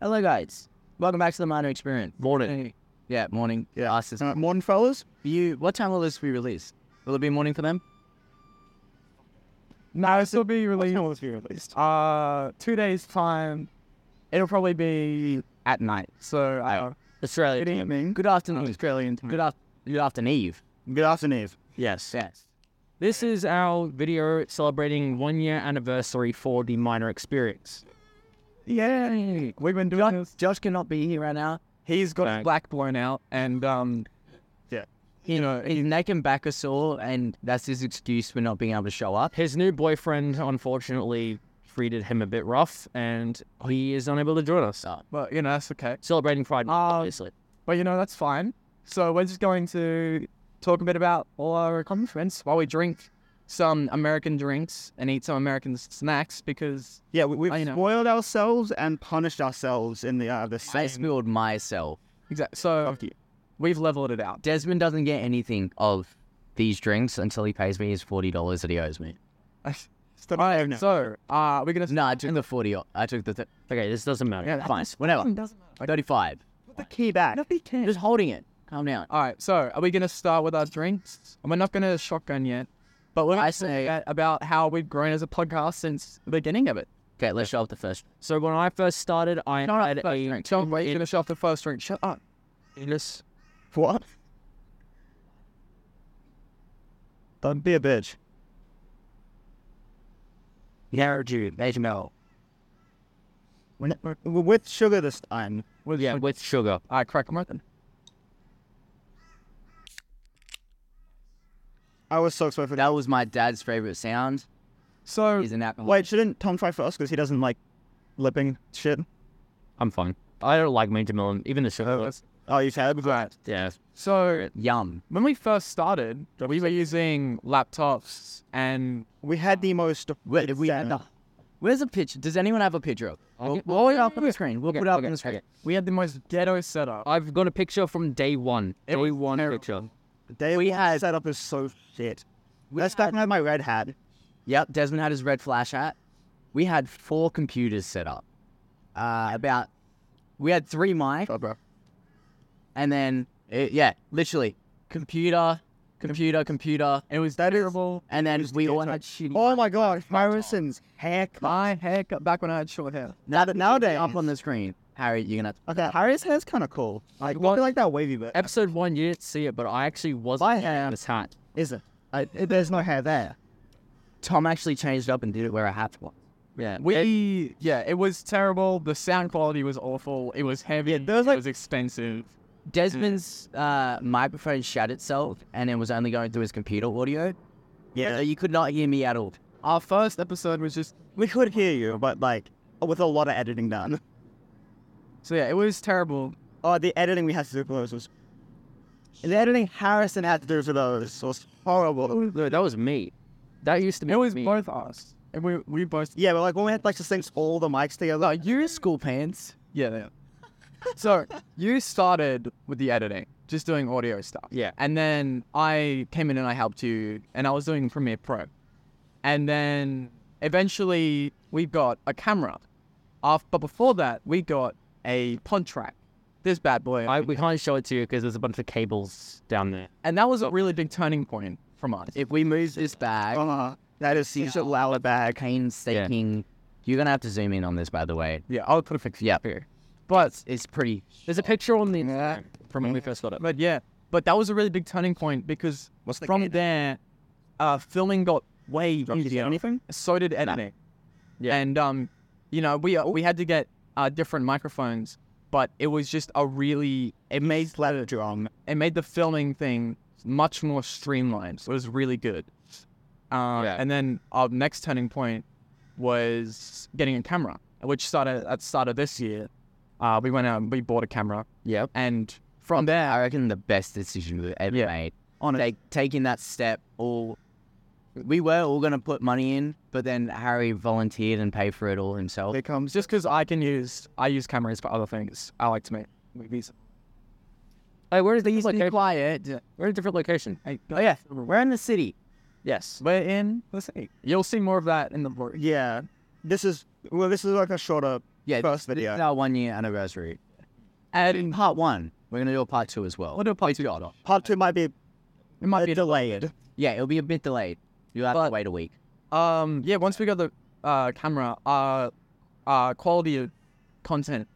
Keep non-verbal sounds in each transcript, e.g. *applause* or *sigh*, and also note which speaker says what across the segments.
Speaker 1: Hello, guys. Welcome back to the Minor Experience.
Speaker 2: Morning.
Speaker 1: Yeah, morning.
Speaker 2: Yeah.
Speaker 1: Us is-
Speaker 2: Uh, morning, fellas.
Speaker 1: You, what time will this be released? Will it be morning for them?
Speaker 3: No, this will be *laughs*
Speaker 2: What
Speaker 3: released.
Speaker 2: time was it released?
Speaker 3: Uh, two days time. It'll probably be
Speaker 1: At night.
Speaker 3: so. Uh,
Speaker 1: Australia.
Speaker 3: Good
Speaker 1: time.
Speaker 2: Evening.
Speaker 1: Good afternoon.
Speaker 2: Australian time.
Speaker 1: Good, af- good afternoon, Eve.
Speaker 2: Good afternoon.
Speaker 1: Yes. Yes.
Speaker 4: This is our video celebrating one year anniversary for the minor experience.
Speaker 3: yeah, we've been doing
Speaker 1: Josh,
Speaker 3: this.
Speaker 1: Josh cannot be here right now. He's got his black blown out, and um,
Speaker 2: Yeah.
Speaker 1: you know, his neck and back are sore, and that's his excuse for not being able to show up.
Speaker 4: His new boyfriend unfortunately treated him a bit rough and he is unable to join us.
Speaker 1: Oh.
Speaker 3: But you know that's okay.
Speaker 4: Celebrating Pride, Month,
Speaker 3: Uh,
Speaker 4: obviously.
Speaker 3: But you know that's fine. So we're just going to talk a bit about all our common friends while we drink some American drinks and eat some American snacks because
Speaker 2: Yeah, we, we've
Speaker 3: I know.
Speaker 2: spoiled ourselves and punished ourselves in the uh, the
Speaker 1: I
Speaker 2: same.
Speaker 1: spilled myself.
Speaker 3: exactly. So
Speaker 2: Fuck you.
Speaker 3: we've leveled it out.
Speaker 1: Desmond doesn't get anything of these drinks until he pays me his forty dollars that he owes me.
Speaker 2: Stop- *laughs* I have no.
Speaker 3: So uh, we're gonna.
Speaker 1: No, I took the forty. o- I took the th-
Speaker 4: Okay, this doesn't matter.
Speaker 3: Yeah, that
Speaker 1: fine, whatever.
Speaker 3: doesn't matter.
Speaker 1: Thirty-five.
Speaker 2: the key back.
Speaker 1: I'm just holding it. Calm down.
Speaker 3: All right, so are we gonna start with our drinks? And we're not gonna shotgun yet, but we're gonna
Speaker 1: I say-
Speaker 3: talk about how we've grown as a podcast since the beginning of it.
Speaker 1: Okay, let's show off the first.
Speaker 4: So when I first started, I
Speaker 3: No,
Speaker 4: had
Speaker 3: no,
Speaker 4: a
Speaker 3: first drink. Tell me why you're gonna shut off the first drink. Shut up.
Speaker 4: penis.
Speaker 2: What? Don't be a bitch.
Speaker 4: Narrative, Mel.
Speaker 2: We're not- we're- we're with sugar this time.
Speaker 3: With,
Speaker 4: Yeah, with sugar.
Speaker 3: All right, crack them open.
Speaker 2: I was so excited for
Speaker 1: That was my dad's favorite sound.
Speaker 3: So
Speaker 1: He's an alcoholic.
Speaker 2: Wait, shouldn't Tom try first because he doesn't like lipping shit?
Speaker 4: I'm fine. I don't like mint melon, even the sugar.
Speaker 2: Oh, you've had that.
Speaker 4: Yeah.
Speaker 3: so
Speaker 1: Yum.
Speaker 3: when we first started, we were using laptops and
Speaker 2: We had the most.
Speaker 1: Wait, did we have the- Where's the picture? Does anyone have a picture of? We'll, we'll put it up on the screen. We'll put it up on the screen.
Speaker 3: we had the most ghetto setup.
Speaker 4: I've got a picture from day one. Day one picture.
Speaker 2: They
Speaker 1: We had-
Speaker 2: setup is so shit.
Speaker 1: We
Speaker 2: That's back
Speaker 1: had-
Speaker 2: when I had my red hat.
Speaker 1: Yep, Desmond had his red flash hat. We had four computers set up. Uh, about we had three mic,
Speaker 2: Oh, bro.
Speaker 1: and then it, yeah, literally computer, computer, computer,
Speaker 3: It was terrible.
Speaker 1: and then we all
Speaker 2: ghetto.
Speaker 1: had shitty.
Speaker 2: Oh my god, Morrison's haircut.
Speaker 3: My haircut back when I had short hair.
Speaker 1: *laughs* now that now they're up on the screen, Harry, you're gonna. Have
Speaker 2: Okay, Harry's hair's kind of cool. Like, I
Speaker 4: Well-
Speaker 2: feel like that wavy bit.
Speaker 4: Episode one, you didn't see it, but I actually was
Speaker 2: My
Speaker 4: wearing
Speaker 2: hair.
Speaker 4: this hat.
Speaker 2: Is it? I, it- There's no hair there.
Speaker 1: to, Tom actually changed up and did it where I had to.
Speaker 4: Yeah.
Speaker 3: We yeah, it was terrible. The sound quality was awful. It was heavy.
Speaker 2: Yeah, there was,
Speaker 3: it
Speaker 2: like-
Speaker 3: was expensive.
Speaker 1: Desmond's uh, microphone shut itself, and it was only going through his computer audio. so you could not hear me at all.
Speaker 3: Our first episode was just
Speaker 2: we could hear you, but like with a lot of editing done. *laughs*
Speaker 3: so yeah, it was terrible.
Speaker 2: Oh, the editing we had to do for those was. The editing Harrison had to do for those was horrible.
Speaker 4: Oh, No, that was me. That used to be
Speaker 3: It was
Speaker 4: me.
Speaker 3: both us, and we we both
Speaker 2: Yeah, but like when we had like to sync all the mics together.
Speaker 3: No, Uh, you school pants. Yeah, they are. so you started with the editing, just doing audio stuff.
Speaker 4: Yeah.
Speaker 3: And then I came in and I helped you, and I was doing Premiere Pro. And then eventually we got a camera. Af- but before that, we got a pond track. This bad boy.
Speaker 4: I, we can't show it to you because there's a bunch of cables down there.
Speaker 3: and that was a really big turning point from us.
Speaker 1: If we move this back,
Speaker 2: Uh, that is such a loud bag.
Speaker 1: painstaking. You're gonna have to zoom in on this, by the way.
Speaker 3: yeah, I'll put a picture
Speaker 1: Yeah.
Speaker 3: up here. But
Speaker 1: It's pretty.
Speaker 4: There's a picture on the Instagram from when we first got it.
Speaker 3: But yeah, but that was a really big turning point because
Speaker 2: What's the
Speaker 3: from
Speaker 2: gate?
Speaker 3: there, uh, filming got way
Speaker 2: Did you do
Speaker 3: easier.
Speaker 2: anything?
Speaker 3: So did editing.
Speaker 4: Yeah.
Speaker 3: And um, you know, we uh, we had to get uh, different microphones, but it was just a really it made
Speaker 2: Flat drum.
Speaker 3: it made the filming thing much more streamlined. So it was really good. Uh,
Speaker 4: Yeah.
Speaker 3: And then our next turning point was getting a camera, which started at the start of this year. Uh, we went out and we bought a camera,
Speaker 4: Yep.
Speaker 3: and from there,
Speaker 1: I reckon the best decision we've ever
Speaker 3: Yeah.
Speaker 1: made.
Speaker 2: Honest.
Speaker 1: Like taking that step, all we were all gonna put money in, but then Harry volunteered and paid for it all himself.
Speaker 2: Here comes
Speaker 3: just because I can use I use cameras for other things. I like to make movies.
Speaker 4: Hey, we're in a different
Speaker 1: Please be
Speaker 4: location.
Speaker 1: quiet.
Speaker 4: We're in a different location.
Speaker 1: Hey, oh yeah, we're in the city.
Speaker 4: Yes.
Speaker 3: We're in the city. You'll see more of that in the vlog.
Speaker 2: Yeah. This is well. This is like a shorter
Speaker 1: Yeah,
Speaker 2: first
Speaker 1: this
Speaker 2: video.
Speaker 1: is our one year anniversary. In
Speaker 3: And
Speaker 1: part one, we're gonna do a part two as well.
Speaker 3: we'll do a part two. It
Speaker 2: Part two might be
Speaker 3: might
Speaker 2: uh,
Speaker 3: be a
Speaker 2: delayed.
Speaker 1: Yeah, it'll be a bit delayed. You'll have to
Speaker 3: But-
Speaker 1: wait a week.
Speaker 3: Um, yeah, once we got the uh, camera, uh, uh, quality of content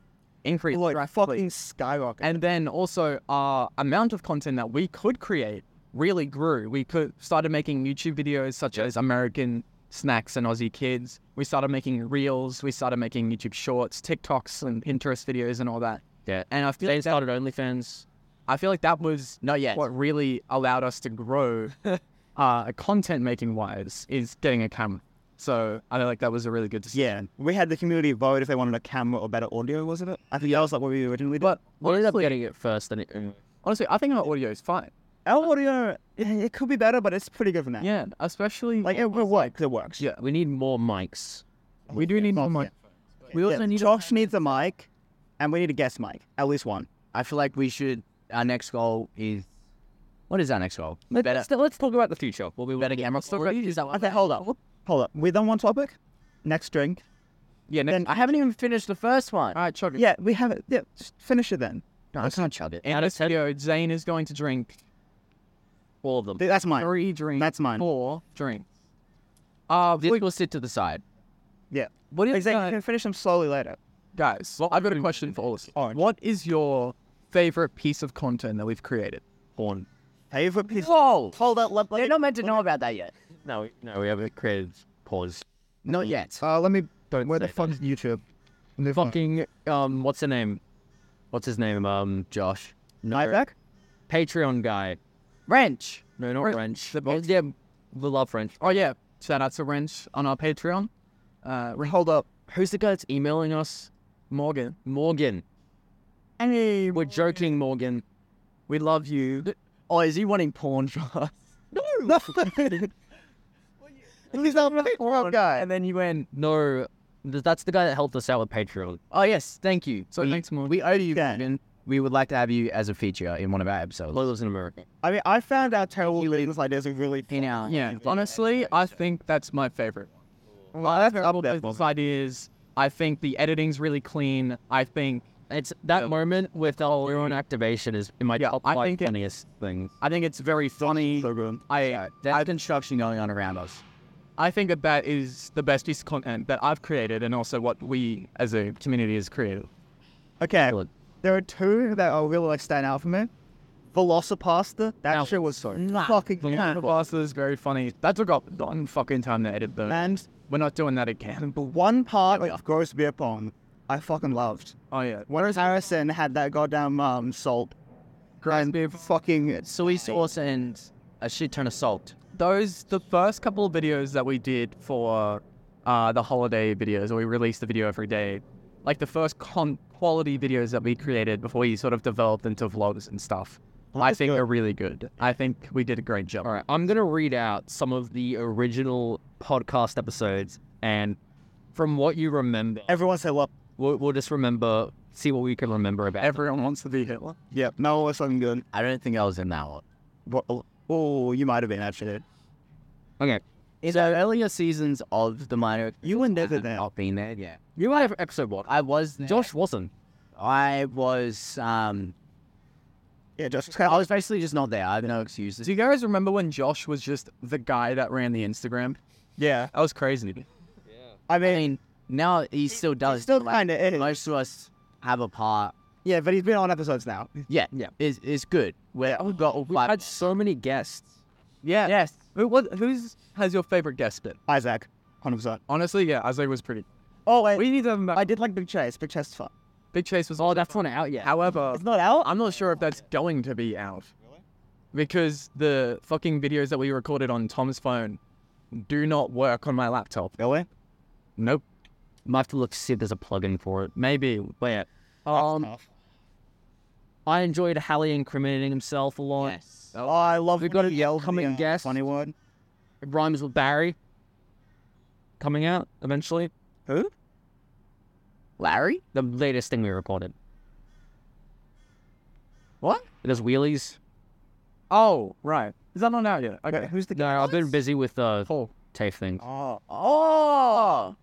Speaker 3: increased
Speaker 2: Like
Speaker 3: drastically.
Speaker 2: fucking skyrocket.
Speaker 3: and then also our amount of content that we could create really grew. We could started making YouTube videos such as American snacks and Aussie kids. We started making reels. We started making YouTube shorts, TikToks, and Pinterest videos and all that.
Speaker 4: Yeah.
Speaker 3: And I feel
Speaker 4: They
Speaker 3: like that,
Speaker 4: started OnlyFans.
Speaker 3: I feel like that was
Speaker 1: Not yet.
Speaker 3: what really allowed us to *laughs* grow uh, content making wise is getting a camera. So I feel like that was a really good decision.
Speaker 2: yeah, we had the community vote if they wanted a camera or better audio, wasn't it? I think that was like what we originally did.
Speaker 3: But
Speaker 4: We ended up
Speaker 3: honestly,
Speaker 4: getting it first, then it. uh,
Speaker 3: honestly, I think our audio is fine.
Speaker 2: our audio, it, it could be better, but it's pretty good for now.
Speaker 3: Yeah, especially
Speaker 2: Like it, it works. It works.
Speaker 4: Yeah, we need more mics.
Speaker 3: we do need more. mic- We
Speaker 2: Yeah,
Speaker 3: also need
Speaker 2: Josh needs a mic, and we need a guest mic, at least one.
Speaker 1: I feel like we should. Our next goal is. What is our next goal?
Speaker 4: Let,
Speaker 1: Better-
Speaker 4: us let's talk about the future. What we
Speaker 1: Better camera quality. Is that what?
Speaker 2: Okay, hold up, hold up. We done one topic. Next drink.
Speaker 3: yeah. Next,
Speaker 2: Then
Speaker 1: I haven't even finished the first one.
Speaker 3: all right, chug it.
Speaker 2: yeah, we have it. Yeah, just finish it then.
Speaker 1: No, I can't chug it.
Speaker 3: In
Speaker 4: Out of
Speaker 3: this
Speaker 4: ten?
Speaker 3: video, Zane is going to drink
Speaker 4: all of them.
Speaker 2: Th- That's mine.
Speaker 3: three drinks.
Speaker 2: That's mine.
Speaker 3: Four drinks. Uh,
Speaker 1: This
Speaker 3: we-
Speaker 1: will sit to the side.
Speaker 2: Yeah.
Speaker 3: what is
Speaker 2: Exactly.
Speaker 3: uh,
Speaker 2: You can finish them slowly later.
Speaker 3: guys? I've got a question for all of you.
Speaker 2: Orange.
Speaker 3: What is your favorite piece of content that we've created?
Speaker 4: Porn.
Speaker 2: Favorite piece.
Speaker 1: Whoa!
Speaker 2: Hold up. Let, let,
Speaker 1: They're not meant to know about that yet.
Speaker 4: No, we- no, we haven't created pause.
Speaker 1: Not yet.
Speaker 2: uh, let me.
Speaker 4: Don't
Speaker 2: Where the
Speaker 4: say
Speaker 2: fuck
Speaker 4: that.
Speaker 2: is *laughs* YouTube?
Speaker 4: Fucking um, what's her name? What's his name? Um,
Speaker 1: Josh.
Speaker 2: Nightback.
Speaker 4: Patreon guy.
Speaker 1: Wrench.
Speaker 4: No, not
Speaker 3: Wrench.
Speaker 4: French.
Speaker 3: The
Speaker 4: Oh,
Speaker 3: box.
Speaker 4: yeah, we love French.
Speaker 3: Oh yeah, shout out to Wrench on our Patreon. Uh, Wrench-
Speaker 2: Hold up.
Speaker 4: Who's the guy that's emailing us?
Speaker 3: Morgan,
Speaker 4: Morgan.
Speaker 2: Any.
Speaker 4: We're joking, Morgan.
Speaker 3: we love you.
Speaker 1: Oh, is he wanting porn from us?
Speaker 3: *laughs*
Speaker 2: No. He's not a world guy.
Speaker 3: And then he went.
Speaker 4: No, th- that's the guy that helped us out with Patreon.
Speaker 1: Oh yes, thank you.
Speaker 3: So
Speaker 1: we,
Speaker 3: thanks, Morgan.
Speaker 1: We owe you,
Speaker 2: Yeah.
Speaker 1: Morgan. We would like to have you as a feature in one of our episodes.
Speaker 4: Although lives in America.
Speaker 2: I mean, I found out terrible things like this are really.
Speaker 1: You know.
Speaker 3: Yeah, honestly, I think that's my favorite. I
Speaker 2: up there.
Speaker 3: those ideas. I think the editing's really clean. I think
Speaker 4: It's that moment with our own activation is in my
Speaker 3: Yeah,
Speaker 4: top
Speaker 3: I
Speaker 4: five
Speaker 3: think it-
Speaker 4: funniest things.
Speaker 3: I think it's very funny.
Speaker 2: So good.
Speaker 3: I
Speaker 1: There's construction going on around us.
Speaker 3: I think that that is the best piece of content that I've created, and also what we as a community has created.
Speaker 2: Okay.
Speaker 4: Good.
Speaker 2: There are two that are really like stand out for me. Velocipasta. That
Speaker 4: Now-
Speaker 2: shit was so
Speaker 1: Nah.
Speaker 2: fucking
Speaker 3: The
Speaker 2: good.
Speaker 3: Last is very funny. That took up long fucking time to edit though.
Speaker 2: And
Speaker 3: We're not doing that again. *laughs*
Speaker 2: the one part of Gross Beer Pong, I fucking loved.
Speaker 3: Oh yeah.
Speaker 2: When Harrison had that goddamn um, salt.
Speaker 3: Gross
Speaker 2: and
Speaker 3: beer-
Speaker 2: fucking. It's,
Speaker 1: Soy sauce and a shit ton of salt.
Speaker 3: Those the first couple of videos that we did for uh, the holiday videos, or we released the video every day. Like the first con- quality videos that we created before we sort of developed into vlogs and stuff. I think they're really good. I think we did a great job.
Speaker 4: All right, I'm gonna read out some of the original podcast episodes, and from what you remember,
Speaker 2: everyone said, well,
Speaker 4: we'll, we'll just remember, see what we can remember about. them.
Speaker 3: Everyone wants to be Hitler.
Speaker 2: yeah, no, it was something good.
Speaker 1: I don't think I was in that one.
Speaker 2: Well, Oh, you might have been actually.
Speaker 4: okay,
Speaker 1: In the earlier seasons of the minor,
Speaker 2: You were
Speaker 1: I
Speaker 2: never
Speaker 1: have
Speaker 2: there.
Speaker 1: not been there. Yeah,
Speaker 4: you might have episode one.
Speaker 1: I was. There.
Speaker 4: Josh wasn't.
Speaker 1: I was. Um,
Speaker 2: Yeah, *laughs* just
Speaker 1: I was basically just not there. I have no excuses.
Speaker 3: Do you guys remember when Josh was just the guy that ran the Instagram?
Speaker 2: yeah.
Speaker 3: That was crazy.
Speaker 2: I mean,
Speaker 1: I mean, now he still does.
Speaker 2: still
Speaker 1: like,
Speaker 2: kind of is.
Speaker 1: most of us have a part.
Speaker 2: Yeah, but he's been on episodes now.
Speaker 1: Yeah,
Speaker 4: Yeah.
Speaker 1: is is good. Where we got all
Speaker 4: We
Speaker 1: five-
Speaker 4: had so many guests.
Speaker 3: Yeah.
Speaker 1: Yes.
Speaker 3: Who what, who's has your favorite guest been?
Speaker 2: Isaac, hundred percent.
Speaker 3: Honestly, yeah, Isaiah was pretty.
Speaker 2: Oh wait,
Speaker 3: We need to.
Speaker 2: I did like Big Chase. Big Chase is fun.
Speaker 3: Big Chase was.
Speaker 4: Oh, that's not out yet.
Speaker 3: However,
Speaker 2: It's not out.
Speaker 3: I'm not sure if that's going to be out. Because the fucking videos that we recorded on Tom's phone do not work on my laptop.
Speaker 2: Really?
Speaker 3: Nope.
Speaker 4: Might have to look to see if there's a plugin for it. Maybe, but yeah.
Speaker 2: Um,
Speaker 4: I enjoyed Hallie incriminating himself a lot.
Speaker 1: Yes.
Speaker 2: oh, I love.
Speaker 4: We've
Speaker 2: when
Speaker 4: got
Speaker 2: you
Speaker 4: a
Speaker 2: yell
Speaker 4: coming
Speaker 2: the, uh,
Speaker 4: guest.
Speaker 2: Funny word.
Speaker 4: It rhymes with Barry. Coming out eventually.
Speaker 2: Who?
Speaker 1: Larry.
Speaker 4: The latest thing we recorded.
Speaker 3: What?
Speaker 4: It does wheelies.
Speaker 3: Oh, right. Is that not out yet? Okay.
Speaker 2: Wait,
Speaker 3: *laughs*
Speaker 2: who's the
Speaker 4: No,
Speaker 2: guy?
Speaker 4: I've been busy with uh,
Speaker 3: Paul.
Speaker 4: TAFE things.
Speaker 2: Oh,
Speaker 1: Oh,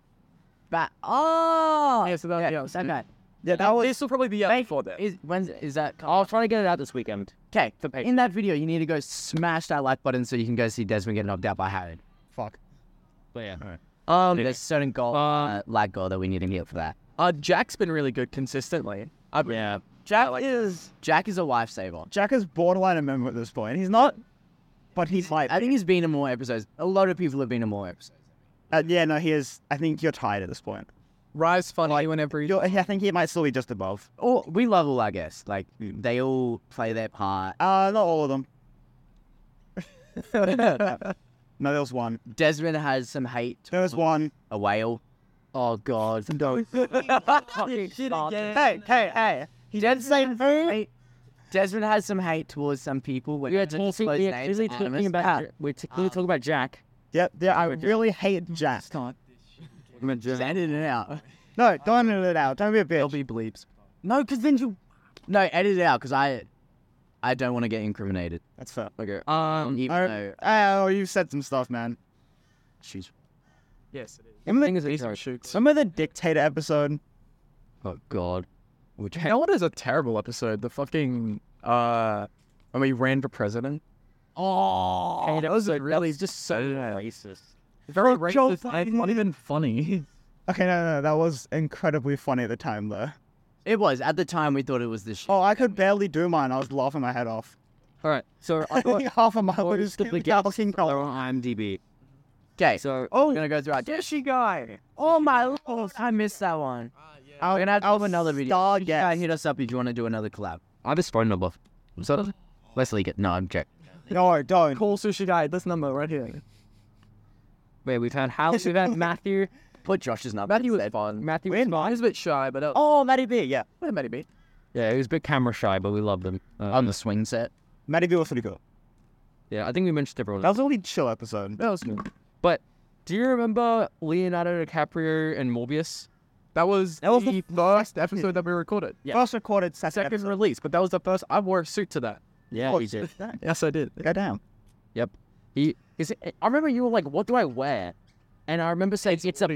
Speaker 1: but oh,
Speaker 3: Yeah, so that- yeah, it's-
Speaker 1: that guy.
Speaker 2: yeah, that was.
Speaker 3: This will probably be out before that.
Speaker 1: Is when is that?
Speaker 4: I'll try to get it out this weekend.
Speaker 1: Okay,
Speaker 4: For patrons.
Speaker 1: in that video, you need to go smash that like button so you can go see Desmond get knocked out by Harry.
Speaker 4: Fuck. But yeah.
Speaker 1: Um, there's certain goal, uh,
Speaker 4: Uh,
Speaker 1: like goal that we need to get for that.
Speaker 3: Uh, Jack's been really good consistently. I,
Speaker 4: Yeah.
Speaker 2: Jack is
Speaker 1: Oh, Jack is a lifesaver.
Speaker 2: Jack is borderline a member at this point. He's not, but he's like.
Speaker 1: I think he's been in more episodes. A lot of people have been in more episodes.
Speaker 2: Uh, yeah, no, he is. I think you're tired at this point.
Speaker 3: Rise funny whenever he.
Speaker 2: You're, I think he might still be just above.
Speaker 1: Oh, we love all our guests. Like they all play their *laughs* part.
Speaker 2: Uh, not all of them. No, there was one.
Speaker 1: Desmond has some hate.
Speaker 2: There was one.
Speaker 1: A whale. Oh God.
Speaker 4: *laughs*
Speaker 2: Don't.
Speaker 1: hey, hey, hey. He didn't say hate. Desmond has some hate towards some people. When
Speaker 4: We are
Speaker 1: he
Speaker 4: talking,
Speaker 1: disclosed
Speaker 4: we are
Speaker 1: names,
Speaker 4: really
Speaker 1: anonymous.
Speaker 4: talking about, we're t- really talking about Jack.
Speaker 2: Yep, yeah, I really hate Jack.
Speaker 4: Talking about Jack.
Speaker 1: Edit it out.
Speaker 2: No, don't edit it out. Don't be a bitch.
Speaker 3: There'll be bleeps.
Speaker 1: *laughs* No, because then you. No, edit it out because I, I don't want to get incriminated.
Speaker 2: That's fair.
Speaker 1: Okay.
Speaker 4: Um,
Speaker 1: Even
Speaker 2: I-
Speaker 1: though
Speaker 2: Oh, you said some stuff, man.
Speaker 1: she's
Speaker 3: Yes, it is.
Speaker 2: Remember
Speaker 4: thing
Speaker 2: the,
Speaker 4: is, it's-
Speaker 2: remember the dictator episode?
Speaker 4: oh god.
Speaker 3: Which you know what is a terrible episode? The fucking uh, when we ran for president.
Speaker 1: oh,
Speaker 4: Hey, that was
Speaker 3: really just so
Speaker 4: racist.
Speaker 3: very racist.
Speaker 2: Joe
Speaker 3: and It's
Speaker 2: Biden.
Speaker 3: not even *laughs* funny.
Speaker 2: Okay, no, no, no, that was incredibly funny at the time, though.
Speaker 1: it was at the time we thought it was this. Shit.
Speaker 2: Oh, I could barely do mine. I was laughing my head off.
Speaker 4: All right, so I
Speaker 2: I
Speaker 1: *laughs*
Speaker 4: got
Speaker 2: think *laughs* half of my
Speaker 4: *laughs* what
Speaker 2: was
Speaker 4: is the biggest color on IMDb.
Speaker 1: Okay, so
Speaker 4: So
Speaker 1: oh, we're gonna go through our
Speaker 3: Dishy guy.
Speaker 1: Oh my lord, I missed that one. Oh,
Speaker 2: I'll,
Speaker 1: We're gonna have to
Speaker 2: I'll
Speaker 1: do another video.
Speaker 2: Star
Speaker 1: You gotta
Speaker 2: guess.
Speaker 1: hit us up if you want to do another collab.
Speaker 4: I have his phone number. What's that? Let's leak it. No, I'm Jack.
Speaker 2: No, don't.
Speaker 3: Call sushi guy. This number right here.
Speaker 4: Wait, we've had Hal, we've
Speaker 1: *laughs*
Speaker 4: had Matthew.
Speaker 1: Put Josh's number.
Speaker 3: Matthew was fun.
Speaker 4: Matthew was
Speaker 3: Win. I was a bit shy, but uh, oh,
Speaker 1: Oh, Matty B, yeah,
Speaker 3: Matty B.
Speaker 4: Yeah, he was a bit camera shy, but we loved him. Uh,
Speaker 1: on the swing set.
Speaker 2: Matty B was pretty cool.
Speaker 4: yeah, I think we mentioned everyone.
Speaker 2: That was a really chill episode.
Speaker 3: That was good.
Speaker 4: But do you remember Leonardo DiCaprio and Morbius?
Speaker 3: That was
Speaker 2: That was
Speaker 3: the
Speaker 2: the
Speaker 3: first episode that we recorded.
Speaker 2: First recorded, second,
Speaker 3: Second
Speaker 2: episode.
Speaker 3: release, but that was the first. I wore a suit to that.
Speaker 4: Yeah,
Speaker 2: Oh,
Speaker 4: he did.
Speaker 2: damn.
Speaker 3: Yes, I did.
Speaker 2: Go down.
Speaker 4: Yep. He is. I remember you were like, "What do I wear?" And I remember saying, "It's, a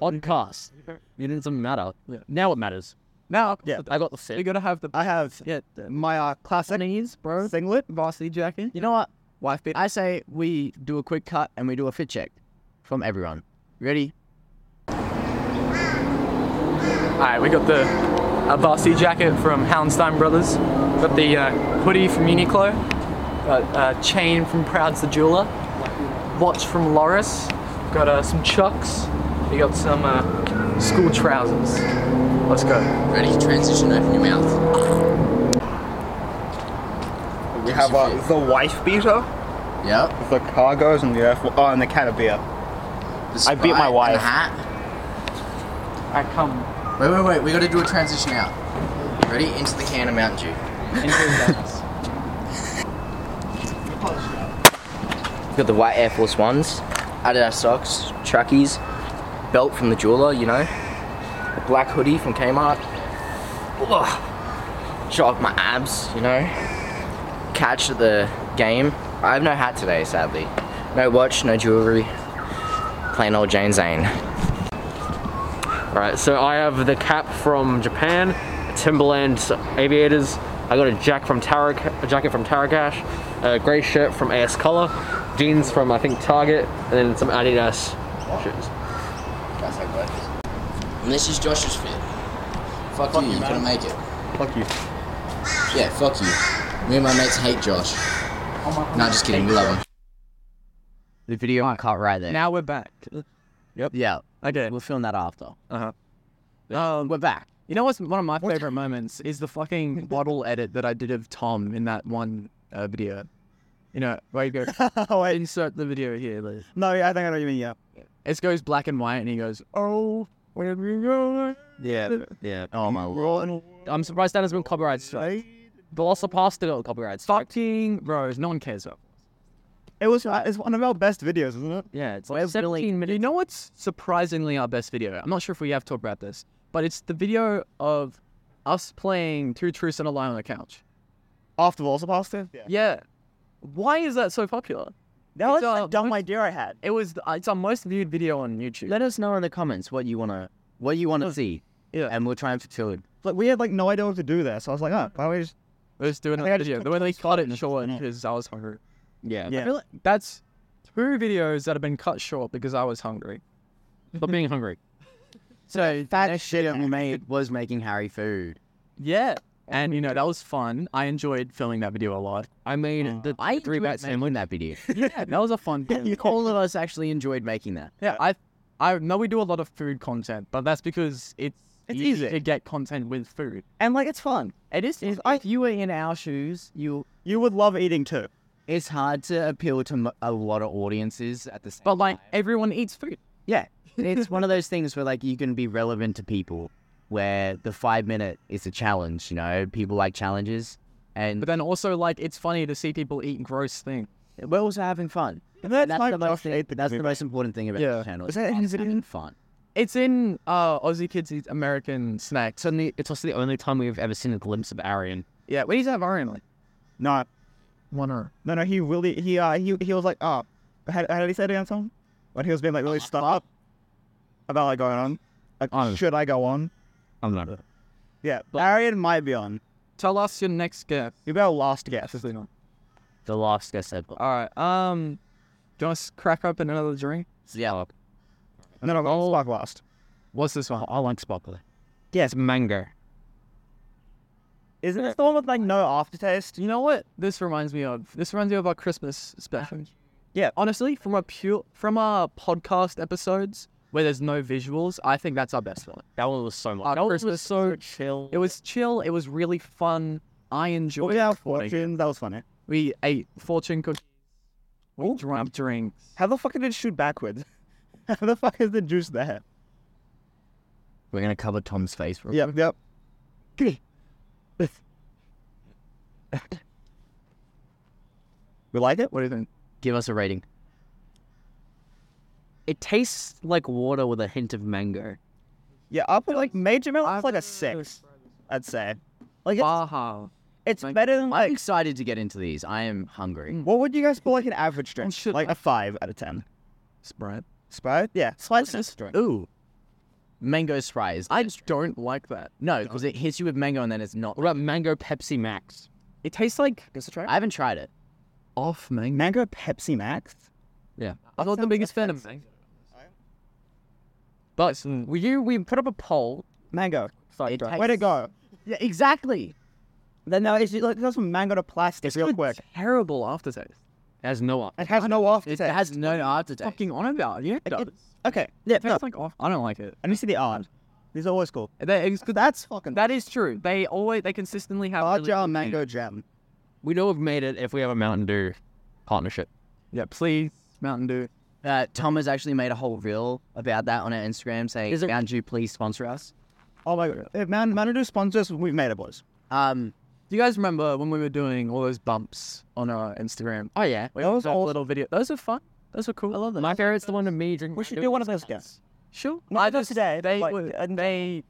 Speaker 4: podcast. It doesn't matter."
Speaker 3: Yeah.
Speaker 4: Now it matters.
Speaker 3: Now,
Speaker 2: Yeah.
Speaker 4: I got the
Speaker 3: you
Speaker 4: fit.
Speaker 3: gotta have the
Speaker 2: I have
Speaker 3: yeah,
Speaker 2: my uh, classic
Speaker 3: knees, bro.
Speaker 2: singlet.
Speaker 3: Varsity jacket.
Speaker 1: You know what?
Speaker 3: Wife beat.
Speaker 1: I say we do a quick cut and we do a fit check from everyone. Ready?
Speaker 5: Alright, we got the a varsity jacket from Houndstein Brothers, got the uh, hoodie from Uniqlo, got a chain from Proud's the Jeweler, watch from Loris, got uh, some chucks, we got some uh, school trousers. Let's go.
Speaker 1: Ready to transition. Open your mouth.
Speaker 2: We have uh, the wife beater,
Speaker 1: Yep.
Speaker 2: the cargos, and the earth. Oh, and the can of beer. I beat my wife.
Speaker 1: Hat.
Speaker 5: I come
Speaker 1: Wait, wait, wait. We gotta do a transition out. Ready into the can of Mountain Dew.
Speaker 5: into the
Speaker 6: Got the white Air Force Ones, Adidas socks, trackies, belt from the jeweler, you know, a black hoodie from Kmart. Ugh. Show off my abs, you know. Catch at the game. I have no hat today, sadly. No watch, no jewelry. Plain old Jane Zane.
Speaker 7: Alright, so I have the cap from Japan, Timberland Aviators. I got a jack from Tarak, a jacket from Tarakash, a grey shirt from AS Color, jeans from I think Target, and then some Adidas shoes.
Speaker 6: That's how it works. And this is Josh's fit. Fuck, you, you couldn't make it.
Speaker 2: Fuck you.
Speaker 6: Yeah, fuck you. Me and my mates hate Josh. No, just kidding, we love him.
Speaker 1: The video cut right there.
Speaker 3: Now we're back.
Speaker 1: yeah.
Speaker 3: Okay.
Speaker 1: We'll film that after.
Speaker 3: Um,
Speaker 1: We're back.
Speaker 3: you know what's one of my favorite moments is the
Speaker 4: *laughs*
Speaker 3: fucking bottle edit that I did of Tom in that one uh, video. You know, where
Speaker 4: *laughs*
Speaker 3: you go,
Speaker 2: *laughs* oh wait,
Speaker 3: insert the video here. Liz.
Speaker 2: no, I think I know what you mean. Yeah.
Speaker 3: It goes black and white, and he goes, "Oh, where we going?"
Speaker 2: *laughs*
Speaker 4: Yeah, yeah.
Speaker 1: Oh my lord.
Speaker 4: I'm surprised that has been copyright strike. Velocipasta got copyright strike.
Speaker 3: Fucking bros, no one cares about.
Speaker 2: It was. uh, It's one of our best videos, isn't it?
Speaker 4: Yeah, it's like
Speaker 1: Where's Billy?
Speaker 4: 17
Speaker 3: You
Speaker 4: minutes.
Speaker 3: know what's surprisingly our best video? I'm not sure if we have talked about this, but it's the video of us playing Two Truths and a Lie on the couch.
Speaker 2: After Walls of Pasta? Yeah.
Speaker 3: Yeah. Why is that so popular?
Speaker 2: That was
Speaker 3: It's, uh,
Speaker 2: a dumb idea I had.
Speaker 3: It was it's our most viewed video on YouTube.
Speaker 1: Let us know in the comments what you wanna what you wanna see.
Speaker 3: Yeah.
Speaker 1: And we'll try and fulfill it.
Speaker 2: Like, we had, like, no idea what to do there, so I was like, oh, why don't we just...
Speaker 3: Let's do another
Speaker 2: think I just
Speaker 3: video.
Speaker 2: put
Speaker 3: The way they
Speaker 2: Tom's
Speaker 3: cut it
Speaker 2: Corner
Speaker 3: short
Speaker 2: on it.
Speaker 3: because I was hungry.
Speaker 4: Yeah.
Speaker 2: Yeah.
Speaker 3: I feel like that's two videos that have been cut short because I was hungry.
Speaker 4: Stop being hungry.
Speaker 1: So that shit that we made was making Harry food.
Speaker 3: *laughs* Yeah. And you know, that was fun. I enjoyed filming that video a lot.
Speaker 4: I made the
Speaker 1: I
Speaker 4: three bats
Speaker 1: and win that
Speaker 4: *laughs*
Speaker 1: video.
Speaker 3: Yeah, that was a fun video.
Speaker 1: All of us actually enjoyed making that.
Speaker 3: Yeah, *laughs* I I know we do a lot of food content, but that's because it's
Speaker 2: It's
Speaker 3: easy
Speaker 2: easy.
Speaker 3: to get content with food.
Speaker 2: And, like, it's fun.
Speaker 3: It is
Speaker 1: If you were in our shoes, you
Speaker 2: You would love eating, too.
Speaker 1: it's hard to appeal to m- a lot of audiences at the same.
Speaker 3: but like everyone eats food.
Speaker 1: yeah, it's one of those things where like you can be relevant to people, where the five minute is a challenge. You know, people like challenges, and
Speaker 3: But then also like it's funny to see people eat gross things.
Speaker 1: we're also having fun.
Speaker 2: And that's,
Speaker 1: That's
Speaker 2: why
Speaker 1: the
Speaker 2: Josh
Speaker 1: most, thing,
Speaker 2: ate the
Speaker 1: that's the
Speaker 2: gummy
Speaker 1: most important thing about
Speaker 3: Yeah.
Speaker 1: the channel.
Speaker 2: Is
Speaker 1: Is
Speaker 2: that- is it
Speaker 1: having
Speaker 2: in-
Speaker 1: fun?
Speaker 3: It's in uh Aussie Kids Eat American Snacks.
Speaker 4: Suddenly, it's also the only time we've ever seen a glimpse of Arian.
Speaker 3: Yeah, we need to have Arian like
Speaker 2: bear. No,
Speaker 3: one hour.
Speaker 2: no, no, he really, he, uh, he, he was like, oh, how, how did he say it again, Tom? When he was being, like, really stuck up about, like, going on. Like,
Speaker 4: Honest.
Speaker 2: should I go on?
Speaker 4: I'm not.
Speaker 2: Yeah, Arian might be on.
Speaker 3: Tell us your next guest.
Speaker 2: You better last guess.
Speaker 1: The last guest ever.
Speaker 3: All right. Um, do you want to crack open another drink?
Speaker 1: Yeah,
Speaker 2: And then I'll go Spark last.
Speaker 3: What's this one?
Speaker 4: I like sparkler.
Speaker 2: Yeah,
Speaker 4: It's mango.
Speaker 2: Isn't this the one with like no aftertaste?
Speaker 3: You know what? This reminds me of. This reminds me of our Christmas special.
Speaker 2: Yeah.
Speaker 3: Honestly, from our pure from our podcast episodes where there's no visuals, I think that's our best one.
Speaker 4: That one was so much.
Speaker 3: Our Christmas
Speaker 4: was so chill.
Speaker 3: It was chill. It was really fun. I enjoyed.
Speaker 2: We have
Speaker 3: recording.
Speaker 2: fortunes. That was funny.
Speaker 3: We ate fortune cookies. We drank drinks.
Speaker 2: How the fuck did it shoot backwards? *laughs* How the fuck is the juice there?
Speaker 1: we're gonna cover Tom's face. real
Speaker 2: Yep, yep. *laughs* we like it?
Speaker 3: What do you think?
Speaker 1: Give us a rating.
Speaker 4: It tastes like water with a hint of mango.
Speaker 2: Yeah, I'll put like major milk it's like a six. I'd say. Like it's,
Speaker 3: Baja.
Speaker 2: it's better than
Speaker 1: I'm
Speaker 2: like
Speaker 1: excited to get into these. I am hungry.
Speaker 4: Mm.
Speaker 2: what would you guys put like an average drink?
Speaker 3: shit,
Speaker 2: like a five out of ten.
Speaker 3: Sprite.
Speaker 2: Oh, Sprite? Yeah. Sprite's this drink.
Speaker 1: Ooh, mango sprays.
Speaker 3: I just don't like that.
Speaker 1: No, because it hits you with mango and then it's not.
Speaker 4: What about mango Pepsi Max?
Speaker 3: It tastes like
Speaker 1: I haven't tried it.
Speaker 3: off mango.
Speaker 2: Mango Pepsi Max?
Speaker 3: I'm not the biggest fan of mango. But
Speaker 4: We you we put up a poll.
Speaker 2: Mango.
Speaker 4: Sorry,
Speaker 1: It
Speaker 4: Dra-
Speaker 1: ta-
Speaker 2: Way to go.
Speaker 1: Yeah, exactly.
Speaker 2: Then no, it's like that's from mango to plastic real quick.
Speaker 3: terrible aftertaste.
Speaker 4: it has no one.
Speaker 2: It has no aftertaste.
Speaker 1: It, has no aftertaste.
Speaker 3: Fucking on about yeah, it does.
Speaker 2: Okay. Yeah,
Speaker 3: It
Speaker 2: no.
Speaker 3: tastes like off. I don't like it.
Speaker 2: I need to see the art. These are always cool.
Speaker 3: They, it's,
Speaker 2: That's fucking
Speaker 3: that is true. They always they consistently have.
Speaker 2: art
Speaker 3: really-
Speaker 2: jar mango jam.
Speaker 4: We know we've made it if we have a Mountain Dew partnership.
Speaker 3: Yeah, please Mountain Dew.
Speaker 1: Uh, Tom has actually made a whole reel about that on our Instagram saying,
Speaker 4: Is it-
Speaker 1: Mountain Dew, please sponsor us.
Speaker 2: Oh my god. If Man Manadu sponsors, we've made it, boys.
Speaker 1: Um,
Speaker 3: Do you guys remember when we were doing all those bumps on our Instagram?
Speaker 4: Oh yeah.
Speaker 3: Wait, those little video. Those are fun. Those are cool. I love them.
Speaker 4: My favorite's the one of me drinking.
Speaker 2: We should do one of those guys.
Speaker 3: Sure.
Speaker 2: Not
Speaker 3: I
Speaker 2: just
Speaker 3: just
Speaker 2: today,
Speaker 3: They
Speaker 2: like,
Speaker 3: were-
Speaker 2: uh,
Speaker 3: they.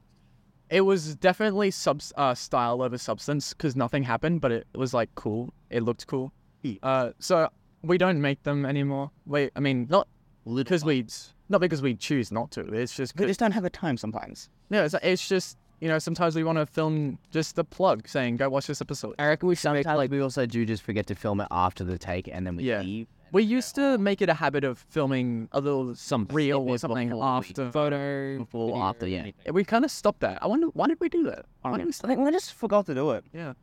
Speaker 3: It was definitely sub uh, style over substance because nothing happened, but it was like cool. It looked cool.
Speaker 2: Yeah.
Speaker 3: Uh, so we don't make them anymore. Wait, I mean not because we not because we choose not to. It's just
Speaker 2: We
Speaker 3: 'cause-
Speaker 2: just don't have the time sometimes.
Speaker 3: no. It's, it's just you know sometimes we want to film just the plug saying go watch this episode.
Speaker 4: I reckon we should make
Speaker 1: sometimes
Speaker 4: like
Speaker 1: we also do just forget to film it after the take and then we
Speaker 3: Yeah.
Speaker 1: leave.
Speaker 3: We used to make it a habit of filming a little some reel or something after
Speaker 4: photo
Speaker 1: Before,
Speaker 4: video,
Speaker 1: after, yeah.
Speaker 4: anything.
Speaker 3: We kind of stopped that. I wonder why did we do that? Why did we
Speaker 2: I
Speaker 3: stop?
Speaker 2: think we just forgot to do it.
Speaker 3: Yeah.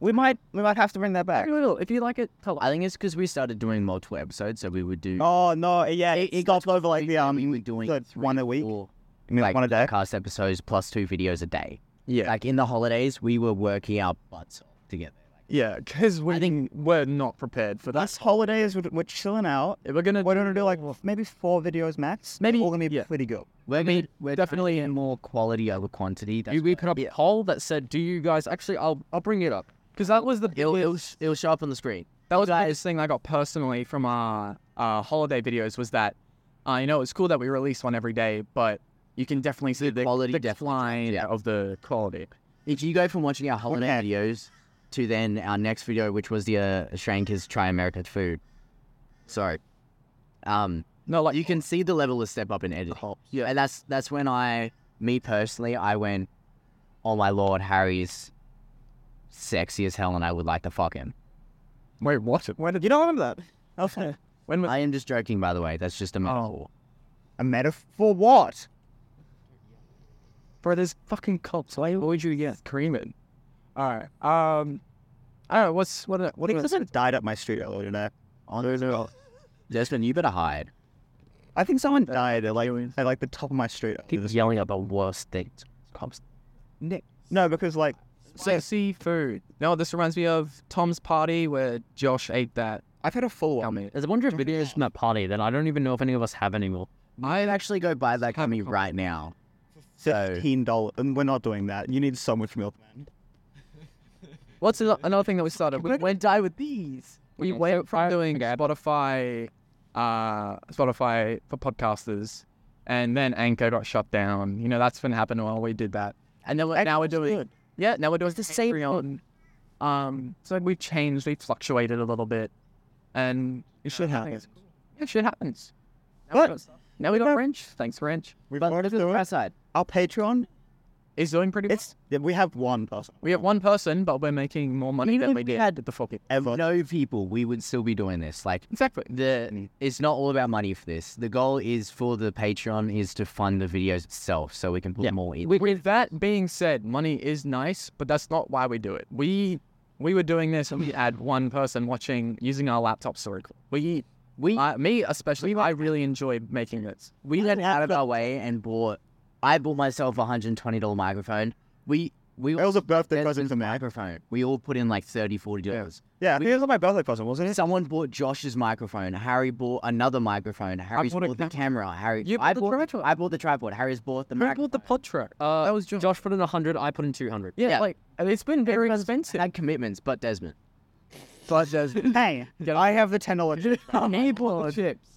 Speaker 2: We might we might have to bring that back.
Speaker 3: If you like it, tell
Speaker 1: I think it's because we started doing multiple episodes, so we would do.
Speaker 2: Oh no, yeah, it,
Speaker 1: it
Speaker 2: stopped over like the um
Speaker 1: we were doing
Speaker 2: the
Speaker 1: three,
Speaker 2: one a week.
Speaker 1: four,
Speaker 2: I mean, like,
Speaker 1: like
Speaker 2: one a day.
Speaker 1: podcast episodes plus two videos a day.
Speaker 3: Yeah.
Speaker 1: Like in the holidays, we were working our butts off together.
Speaker 3: Yeah, because we think we're not prepared for that.
Speaker 2: Last holidays we're, we're chilling out.
Speaker 3: If we're gonna
Speaker 2: We're gonna do like maybe four videos max.
Speaker 3: Maybe-
Speaker 2: all gonna be
Speaker 3: yeah.
Speaker 2: pretty good.
Speaker 1: We're,
Speaker 3: mean,
Speaker 1: gonna- we're
Speaker 3: definitely
Speaker 1: in more quality over quantity. That's
Speaker 4: You- we
Speaker 1: why.
Speaker 4: put up a poll that said, "Do you guys actually?" I'll I'll bring it up.
Speaker 3: because that was the
Speaker 1: it'll, it'll, sh- it'll show up on the screen.
Speaker 3: that was the biggest thing I got personally from our uh, holiday videos was that uh, you know it's cool that we release one every day, but you can definitely see the
Speaker 1: quality
Speaker 3: the
Speaker 1: definitely
Speaker 3: decline
Speaker 1: yeah.
Speaker 3: of the quality.
Speaker 1: If you go from watching our holiday
Speaker 2: Okay.
Speaker 1: videos to then our next video, which was the uh, Australian Kids Try America Food. So, um, no, like you
Speaker 4: oh.
Speaker 1: can see the level of step up in editing. Yeah, and that's that's when I, me personally, I went, oh my lord, Harry's sexy as hell, and I would like to fuck him.
Speaker 3: Wait, what?
Speaker 2: When did you don't remember that? That was funny.
Speaker 3: When was
Speaker 1: I am just joking, by the way. That's just a
Speaker 4: Oh.
Speaker 1: metaphor.
Speaker 2: A metaphor for what?
Speaker 3: Bro, there's fucking cops. Why would you get creaming? All right. Um, I don't know. What's what? What?
Speaker 2: What
Speaker 3: what
Speaker 2: if someone died up my street earlier today? I don't know.
Speaker 1: Desmond, you better hide.
Speaker 2: I think someone died at like at like the top of my street.
Speaker 4: Keep yelling about worst things. Cops.
Speaker 2: No, because like
Speaker 3: sexy food? No, this reminds me of Tom's party where Josh ate that.
Speaker 2: I've had a full
Speaker 3: Tell
Speaker 2: one.
Speaker 3: me.
Speaker 4: There's a bunch of videos from that party that I don't even know if any of us have anymore.
Speaker 1: I'd actually go buy that gummy right now. So
Speaker 2: Fifteen dollars, and we're not doing that. You need so much milk, man.
Speaker 3: What's ano- another thing that we started? We went die with these. We went from doing Spotify, uh, Spotify for podcasters, and then Anchor got shut down. You know that's when it happened while we did that, and then we're, now we're doing yeah, now we're doing the same Patreon. Um, so we've changed, we've fluctuated a little bit, and
Speaker 2: It should
Speaker 3: I think
Speaker 2: happen.
Speaker 3: it's- Yeah, shit happens. Now
Speaker 2: What?
Speaker 3: We got, now we got Wrench. Thanks, Wrench.
Speaker 2: We've
Speaker 1: but
Speaker 2: already
Speaker 1: this is
Speaker 2: done
Speaker 1: the
Speaker 2: it.
Speaker 1: side.
Speaker 2: Our Patreon,
Speaker 3: Is doing pretty. well.
Speaker 2: it's yeah, we have one person
Speaker 3: We have one person, but we're making more money
Speaker 1: Even
Speaker 3: than
Speaker 1: if
Speaker 3: we
Speaker 1: we
Speaker 3: did
Speaker 1: had-
Speaker 3: at the fucking.
Speaker 2: ever.
Speaker 1: No people, we would still be doing this. Like
Speaker 3: Exactly.
Speaker 1: the it's not all about money for this. The goal is for the Patreon is to fund the videos itself, so we can put more in.
Speaker 3: With- With that being said, money is nice, but that's not why we do it. We we were doing this and we had one person watching using our laptops to record. We
Speaker 1: We
Speaker 3: I me especially, I really enjoy making this.
Speaker 1: we went out of our way and bought. I bought myself a hundred and twenty dollar microphone. We we
Speaker 2: It was a birthday
Speaker 1: That's
Speaker 2: present
Speaker 1: just
Speaker 2: for me.
Speaker 1: microphone. We all put in like 30 dollars.
Speaker 2: Yeah, I think it was my birthday present, wasn't it?
Speaker 1: Someone bought Josh's microphone. Harry bought another microphone. Harry's
Speaker 3: bought
Speaker 1: bought,
Speaker 3: a
Speaker 1: the camera. Harry,
Speaker 3: You
Speaker 1: I
Speaker 3: bought the
Speaker 1: bought.
Speaker 3: tripod.
Speaker 1: I bought the tripod. Harry's bought the
Speaker 3: Who bought
Speaker 1: microphone.
Speaker 3: the pod track?
Speaker 4: Uh,
Speaker 3: that was Josh.
Speaker 4: Josh put in 100, I put in 200.
Speaker 3: yeah,
Speaker 1: yeah.
Speaker 3: like it's been very expensive.
Speaker 1: Had commitments, but Desmond.
Speaker 3: But there's
Speaker 2: *laughs* Hey,
Speaker 1: *laughs*
Speaker 2: I have the ten dollars.
Speaker 3: enable chips.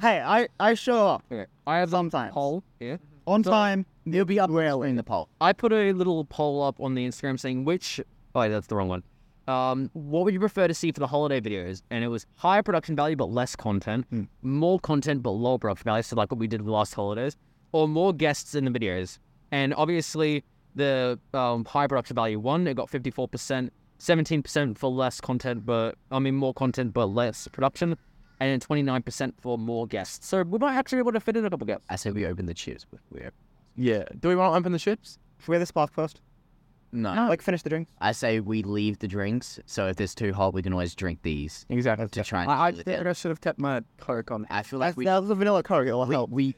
Speaker 2: hey, I I show up
Speaker 4: Okay. I have
Speaker 2: Sometimes.
Speaker 4: a poll here.
Speaker 2: on time.
Speaker 1: He'll be up well in the poll.
Speaker 4: I put a little poll up on the Instagram saying which. Oh, that's the wrong one. Um, what would you prefer to see for the holiday videos? And it was higher production value but less content,
Speaker 3: Hmm.
Speaker 4: more content but lower production value, so like what we did with last holidays, or more guests in the videos. And obviously, the um, higher production value one, it got 54%, 17% for less content, but I mean, more content but less production, and then 29% for more guests. So we might actually be able to fit in a couple guests.
Speaker 1: I said we open the chips, but we open.
Speaker 3: Yeah. Do we want to open the chips?
Speaker 2: Should we have the spark first?
Speaker 1: No.
Speaker 2: Like finish the drink.
Speaker 1: I say we leave the drinks. So if there's too hot, we can always drink these
Speaker 3: Exactly.
Speaker 1: to try and.
Speaker 3: I, I
Speaker 1: deal with
Speaker 3: think
Speaker 1: it.
Speaker 3: I should have kept my coke on.
Speaker 1: I feel like
Speaker 2: That's,
Speaker 1: we.
Speaker 2: that was the vanilla coke. It'll help.
Speaker 1: we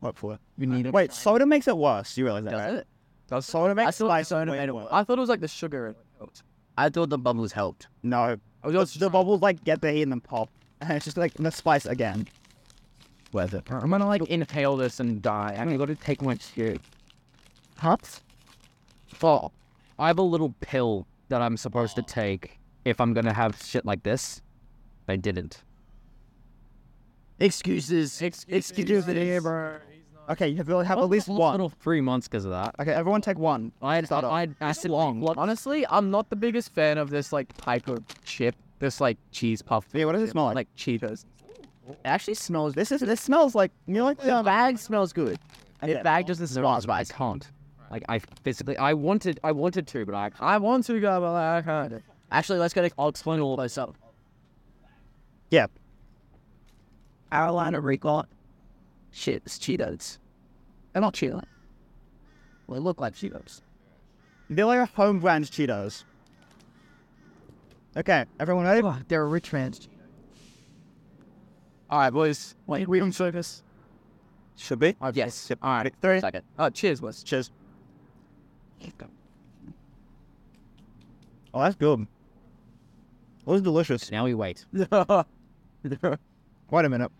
Speaker 2: What for? it.
Speaker 1: we need.
Speaker 2: Wait, soda makes it worse. You realize that?
Speaker 1: Does
Speaker 2: right?
Speaker 1: it?
Speaker 3: That's so.
Speaker 2: Soda makes
Speaker 1: I thought
Speaker 2: spice
Speaker 1: soda
Speaker 2: way
Speaker 1: made it
Speaker 2: worse.
Speaker 3: I thought it was like the sugar.
Speaker 1: I thought the bubbles helped.
Speaker 2: No,
Speaker 3: I was
Speaker 2: the,
Speaker 3: also
Speaker 2: the bubbles like get the heat and then pop, *laughs* and it's just like the spice again.
Speaker 1: Worth it.
Speaker 3: I'm gonna like inhale this and die. I'm gonna go to take my shit. Hops?
Speaker 4: Oh, I have a little pill that I'm supposed to take if I'm gonna have shit like this. I didn't.
Speaker 1: Excuses.
Speaker 3: Excuses.
Speaker 1: bro.
Speaker 2: Okay, you have, have at least one.
Speaker 4: Hospital three months because of that.
Speaker 2: Okay, everyone take one.
Speaker 4: I had
Speaker 2: Start off.
Speaker 4: I had acid long.
Speaker 3: Honestly, I'm not the biggest fan of this like type of chip. This like cheese puff.
Speaker 2: Yeah, what does it smell like?
Speaker 3: Like Cheetos.
Speaker 1: It actually smells.
Speaker 2: This is this smells like you know like the
Speaker 1: The
Speaker 2: um,
Speaker 1: bag smells good.
Speaker 2: Okay.
Speaker 1: The bag doesn't smell as
Speaker 4: I
Speaker 1: bad.
Speaker 4: can't. Like I physically, I wanted, I wanted to, but I.
Speaker 3: I want to go, but I can't.
Speaker 1: Actually, let's go to. I'll explain all close up.
Speaker 2: yeah.
Speaker 1: Carolina Recon. Shit, it's Cheetos. They're not Cheetos. Well, they look like Cheetos.
Speaker 2: They're like a home brand Cheetos. Okay, everyone ready?
Speaker 1: They're a rich man's
Speaker 3: All right, boys. Wait, we on focus.
Speaker 2: Should be.
Speaker 1: Yes.
Speaker 3: All right.
Speaker 2: Three.
Speaker 1: Second.
Speaker 3: Oh, cheers, boys. *laughs*
Speaker 2: Cheers. Oh, that's good. That was delicious.
Speaker 4: Now we wait.
Speaker 2: Wait a minute.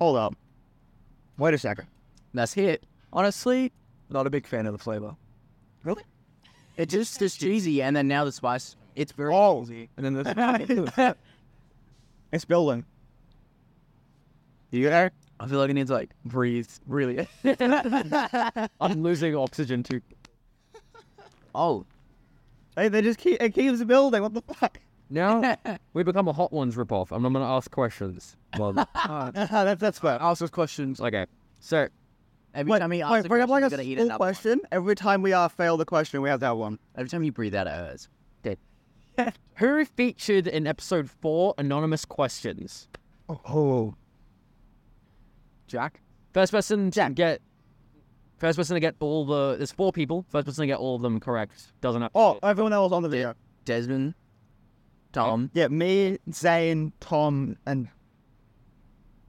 Speaker 2: Hold up. Wait a second.
Speaker 1: That's it.
Speaker 3: Honestly, not a big fan of the flavor.
Speaker 2: Really?
Speaker 1: It just is cheesy, and then now the spice. It's very.
Speaker 2: Oh,
Speaker 3: *laughs* And then this.
Speaker 2: it's building. You there?
Speaker 3: I feel like it needs like breathe.
Speaker 4: *laughs*
Speaker 3: Really.
Speaker 4: I'm losing oxygen too.
Speaker 1: Oh,
Speaker 2: Hey, they just keep it keeps building. What the fuck?
Speaker 4: Now we become a Hot Ones ripoff, and I'm going to ask questions. Well,
Speaker 2: that's that's fair.
Speaker 3: *laughs* Ask us questions. Like,
Speaker 4: okay. So,
Speaker 1: Every
Speaker 2: Wait,
Speaker 1: time he
Speaker 2: wait,
Speaker 1: asks
Speaker 2: bring
Speaker 1: a
Speaker 2: up like
Speaker 1: question,
Speaker 2: a
Speaker 1: you gotta
Speaker 2: full
Speaker 1: eat another one.
Speaker 2: question. Every time we uh, fail the question, we have that one.
Speaker 1: Every time you breathe out, it hurts.
Speaker 4: who featured in episode four anonymous questions?
Speaker 2: Oh,
Speaker 3: Jack.
Speaker 4: First person to get. First person to get all the. There's four people. First person to get all of them correct doesn't have.
Speaker 2: oh, everyone that was on the video.
Speaker 1: Desmond, Tom,
Speaker 2: Yeah, me, Zane, Tom, and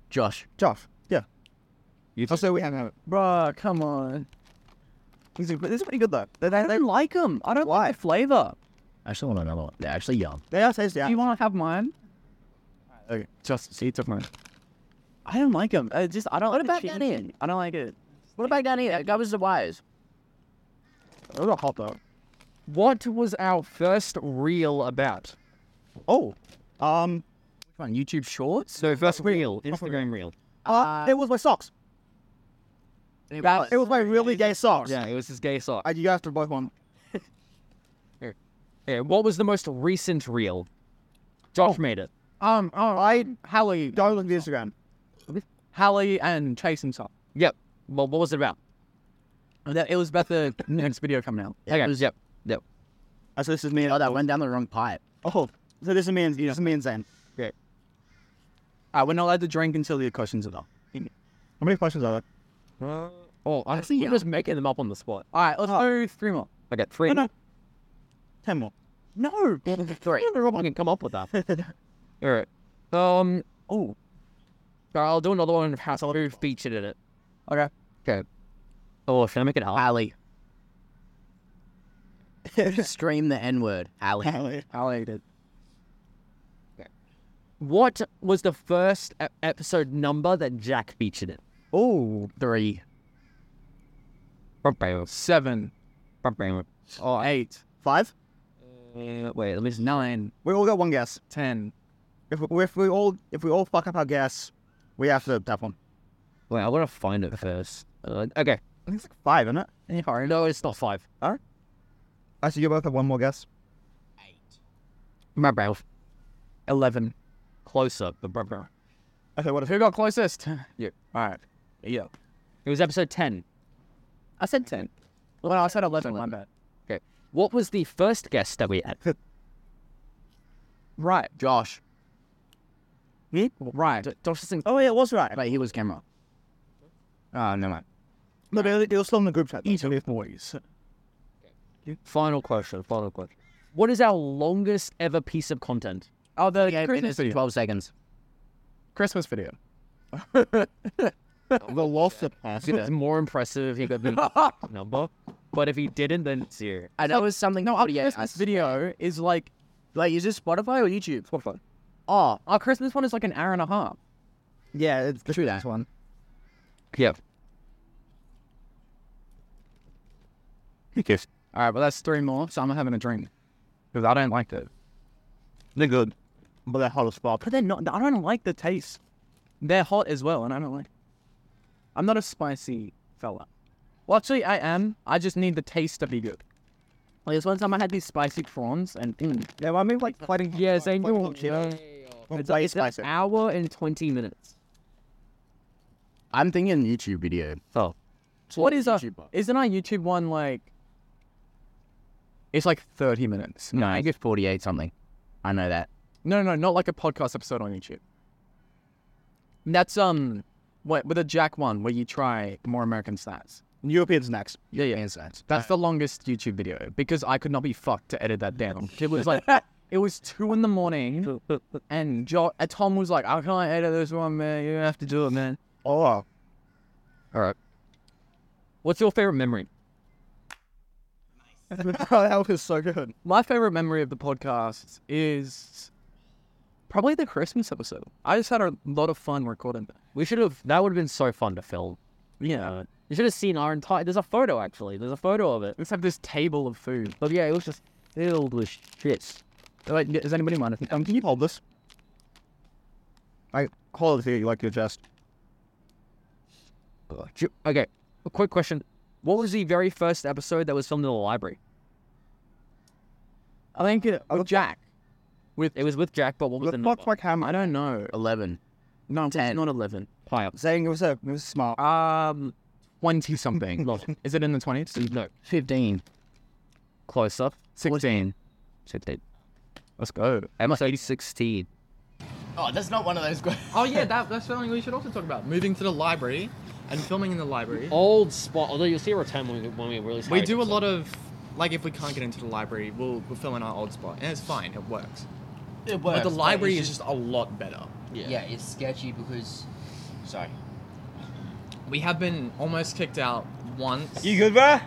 Speaker 1: Josh.
Speaker 2: Josh. Yeah.
Speaker 4: You
Speaker 2: Also, we haven't had it.
Speaker 3: Bruh, come on.
Speaker 2: This is- this is pretty good though. They, they,
Speaker 3: I
Speaker 2: they,
Speaker 3: like them. I don't like the flavor.
Speaker 1: I actually want another one. They're
Speaker 4: *laughs*
Speaker 1: actually yum.
Speaker 2: they are tasty.
Speaker 3: Do
Speaker 2: Yeah.
Speaker 3: you want to have mine?
Speaker 2: Okay.
Speaker 3: Just he took mine. I don't like them. I just I don't.
Speaker 1: What about that in?
Speaker 3: I don't like it.
Speaker 1: What about down here? That guy was the wires.
Speaker 2: Those are hot though.
Speaker 4: What was our first reel about?
Speaker 2: Oh, um,
Speaker 1: Come on, YouTube Shorts?
Speaker 4: So first reel, Instagram reel.
Speaker 2: uh, it was my socks. It was my really gay socks.
Speaker 4: Yeah, it was his gay sock.
Speaker 2: Uh, you guys did both one.
Speaker 4: Yeah, what was the most recent reel? Josh made it.
Speaker 3: Um, oh, I Hallie,
Speaker 2: Don't look at the Instagram.
Speaker 3: Hallie, and Chase himself.
Speaker 4: Yep. Well, what was it about?
Speaker 3: And that- It was about the next video coming out.
Speaker 4: Okay. yep. Yep.
Speaker 2: Uh, so this is me. And,
Speaker 1: Oh, that went down the wrong pipe.
Speaker 2: oh, so this is me and this is me and Zane.
Speaker 3: Uh, we're not allowed to drink until the questions are done.
Speaker 2: How many questions are there?
Speaker 4: Oh, I see. I'm just making them up on the spot.
Speaker 3: All right, let's do three more. Oh,
Speaker 4: Okay, three.
Speaker 2: no. Ten more.
Speaker 3: No.
Speaker 4: three. I can come up with that. All right. Um. Oh. I'll do another one of how who featured in it.
Speaker 3: Okay.
Speaker 4: Okay. Oh, should I make it hard?
Speaker 1: Hallie. Stream the N word.
Speaker 2: *laughs*
Speaker 1: Hallie.
Speaker 2: Apparently.
Speaker 3: Hallie did.
Speaker 4: What was the first e- episode number that Jack featured in?
Speaker 2: Oh,
Speaker 1: Three.
Speaker 3: Seven. Oh, eight.
Speaker 2: five.
Speaker 4: Uh, wait, let me just.
Speaker 3: Nine.
Speaker 2: We all got one guess.
Speaker 3: Ten.
Speaker 2: If we, if we all if we all fuck up our guess, we have to tap one.
Speaker 4: Wait, I want to find it first. Uh, okay.
Speaker 2: I think it's like five, isn't it?
Speaker 3: Any hard?
Speaker 4: No, it's not five.
Speaker 2: I should you both have one more guess.
Speaker 4: My brow.
Speaker 3: Eleven.
Speaker 4: Closer, but br- br-
Speaker 2: Okay, what is it?
Speaker 3: Who got closest? *laughs*
Speaker 4: Yeah.
Speaker 3: All right. Yeah.
Speaker 4: It was episode 10.
Speaker 3: I said ten. Well, I said eleven. My bad.
Speaker 4: Okay. What was the first guest that we had?
Speaker 3: Right. Josh.
Speaker 2: Me?
Speaker 3: Right.
Speaker 4: Josh is
Speaker 2: Oh yeah, it was right.
Speaker 1: Wait, he was camera.
Speaker 3: Ah, no mind.
Speaker 2: No, they, they were still in the group chat. though.
Speaker 3: Italy boys.
Speaker 4: Final question. Final question. What is our longest ever piece of content?
Speaker 3: Oh, the
Speaker 1: Yeah,
Speaker 3: Christmas
Speaker 1: minutes and
Speaker 3: video.
Speaker 1: 12 seconds.
Speaker 3: Christmas video. *laughs*
Speaker 2: The loss of pass.
Speaker 4: It's more impressive if he got
Speaker 1: *laughs*
Speaker 4: the number, but if he didn't, then it's here.
Speaker 1: I know it was something.
Speaker 3: No,
Speaker 1: No,
Speaker 3: our
Speaker 1: yeah, I,
Speaker 3: Christmas video is like
Speaker 1: like, is this Spotify or YouTube?
Speaker 3: Spotify.
Speaker 1: Oh,
Speaker 3: Our Christmas one is like an hour and a half.
Speaker 2: Yeah, it's the
Speaker 1: True that.
Speaker 2: one.
Speaker 4: Yep.
Speaker 3: All right, well that's three more, so I'm having a drink because I don't like it.
Speaker 2: They're good, but they're hot as fuck.
Speaker 3: But they're not. I don't like the taste. They're hot as well, and I don't like. I'm not a spicy fella. Well, actually, I am. I just need the taste to be good. Like this one time, I had these spicy prawns, and mm,
Speaker 2: Yeah, well, I mean, like fighting.
Speaker 4: Yeah, same.
Speaker 2: Like, hot Cheetos.
Speaker 4: It's,
Speaker 2: Way
Speaker 4: it's an
Speaker 2: spicy.
Speaker 4: hour and 20 minutes.
Speaker 1: I'm thinking YouTube video.
Speaker 4: Oh.
Speaker 3: what is our?
Speaker 1: YouTuber.
Speaker 3: Isn't our YouTube one like? It's like 30 minutes.
Speaker 1: No, I get 48 something. I know that.
Speaker 3: No, no, no, not like a podcast episode on YouTube. That's um, what with a Jack one where you try more American stats.
Speaker 2: Europeans next.
Speaker 3: Yeah, yeah. That's the longest YouTube video because I could not be fucked to edit that down. It was like it was two in the morning, and jo- uh, Tom was like, "I can't edit this one, man. You have to do it, man."
Speaker 2: Oh,
Speaker 4: All right. What's your favorite memory?
Speaker 2: that was so good.
Speaker 3: My favorite memory of the podcast is probably the Christmas episode. I just had a lot of fun recording that.
Speaker 4: We should have. That would have been so fun to film. Uh,
Speaker 3: Yeah,
Speaker 4: You should have seen our entire. There's a photo actually. There's a photo of it.
Speaker 3: let's have this table of food.
Speaker 4: But yeah, it was just filled with shit.
Speaker 3: Like, does anybody mind? if-
Speaker 2: Um, can you hold this? I hold it to you like your chest.
Speaker 4: Ugh, ju- Okay, a quick question. What was the very first episode that was filmed in the library?
Speaker 8: I think it
Speaker 3: oh,
Speaker 8: with Jack. With
Speaker 9: It was with Jack, but what was
Speaker 2: What
Speaker 9: the
Speaker 2: the
Speaker 9: number?
Speaker 2: fuck's my camera?
Speaker 8: I don't know.
Speaker 1: Eleven.
Speaker 8: No, it's
Speaker 1: Ten.
Speaker 8: not eleven.
Speaker 9: High up.
Speaker 2: Saying it was a, it was smart.
Speaker 8: Um, twenty
Speaker 9: *laughs*
Speaker 8: something. Is it in the twenties?
Speaker 9: No,
Speaker 1: Fifteen.
Speaker 9: closer.
Speaker 8: Sixteen.
Speaker 9: Sixteen.
Speaker 8: Let's go.
Speaker 9: Am I saying sixteen?
Speaker 3: Oh, that's not one of
Speaker 6: *laughs*
Speaker 3: those. oh yeah, that, that's something we should also talk about. Moving to the library and filming in the library.
Speaker 9: Oh,
Speaker 7: Old spot. Although you'll see a return when we, when we release.
Speaker 3: We do a lot of like if we can't get into the library, we'll we'll fill in our old spot, and it's fine. It works.
Speaker 6: It works,
Speaker 3: But the
Speaker 6: it's
Speaker 3: library is just a lot better.
Speaker 6: yeah. it's sketchy because. Sorry.
Speaker 3: We have been almost kicked out once.
Speaker 2: You good, bruh?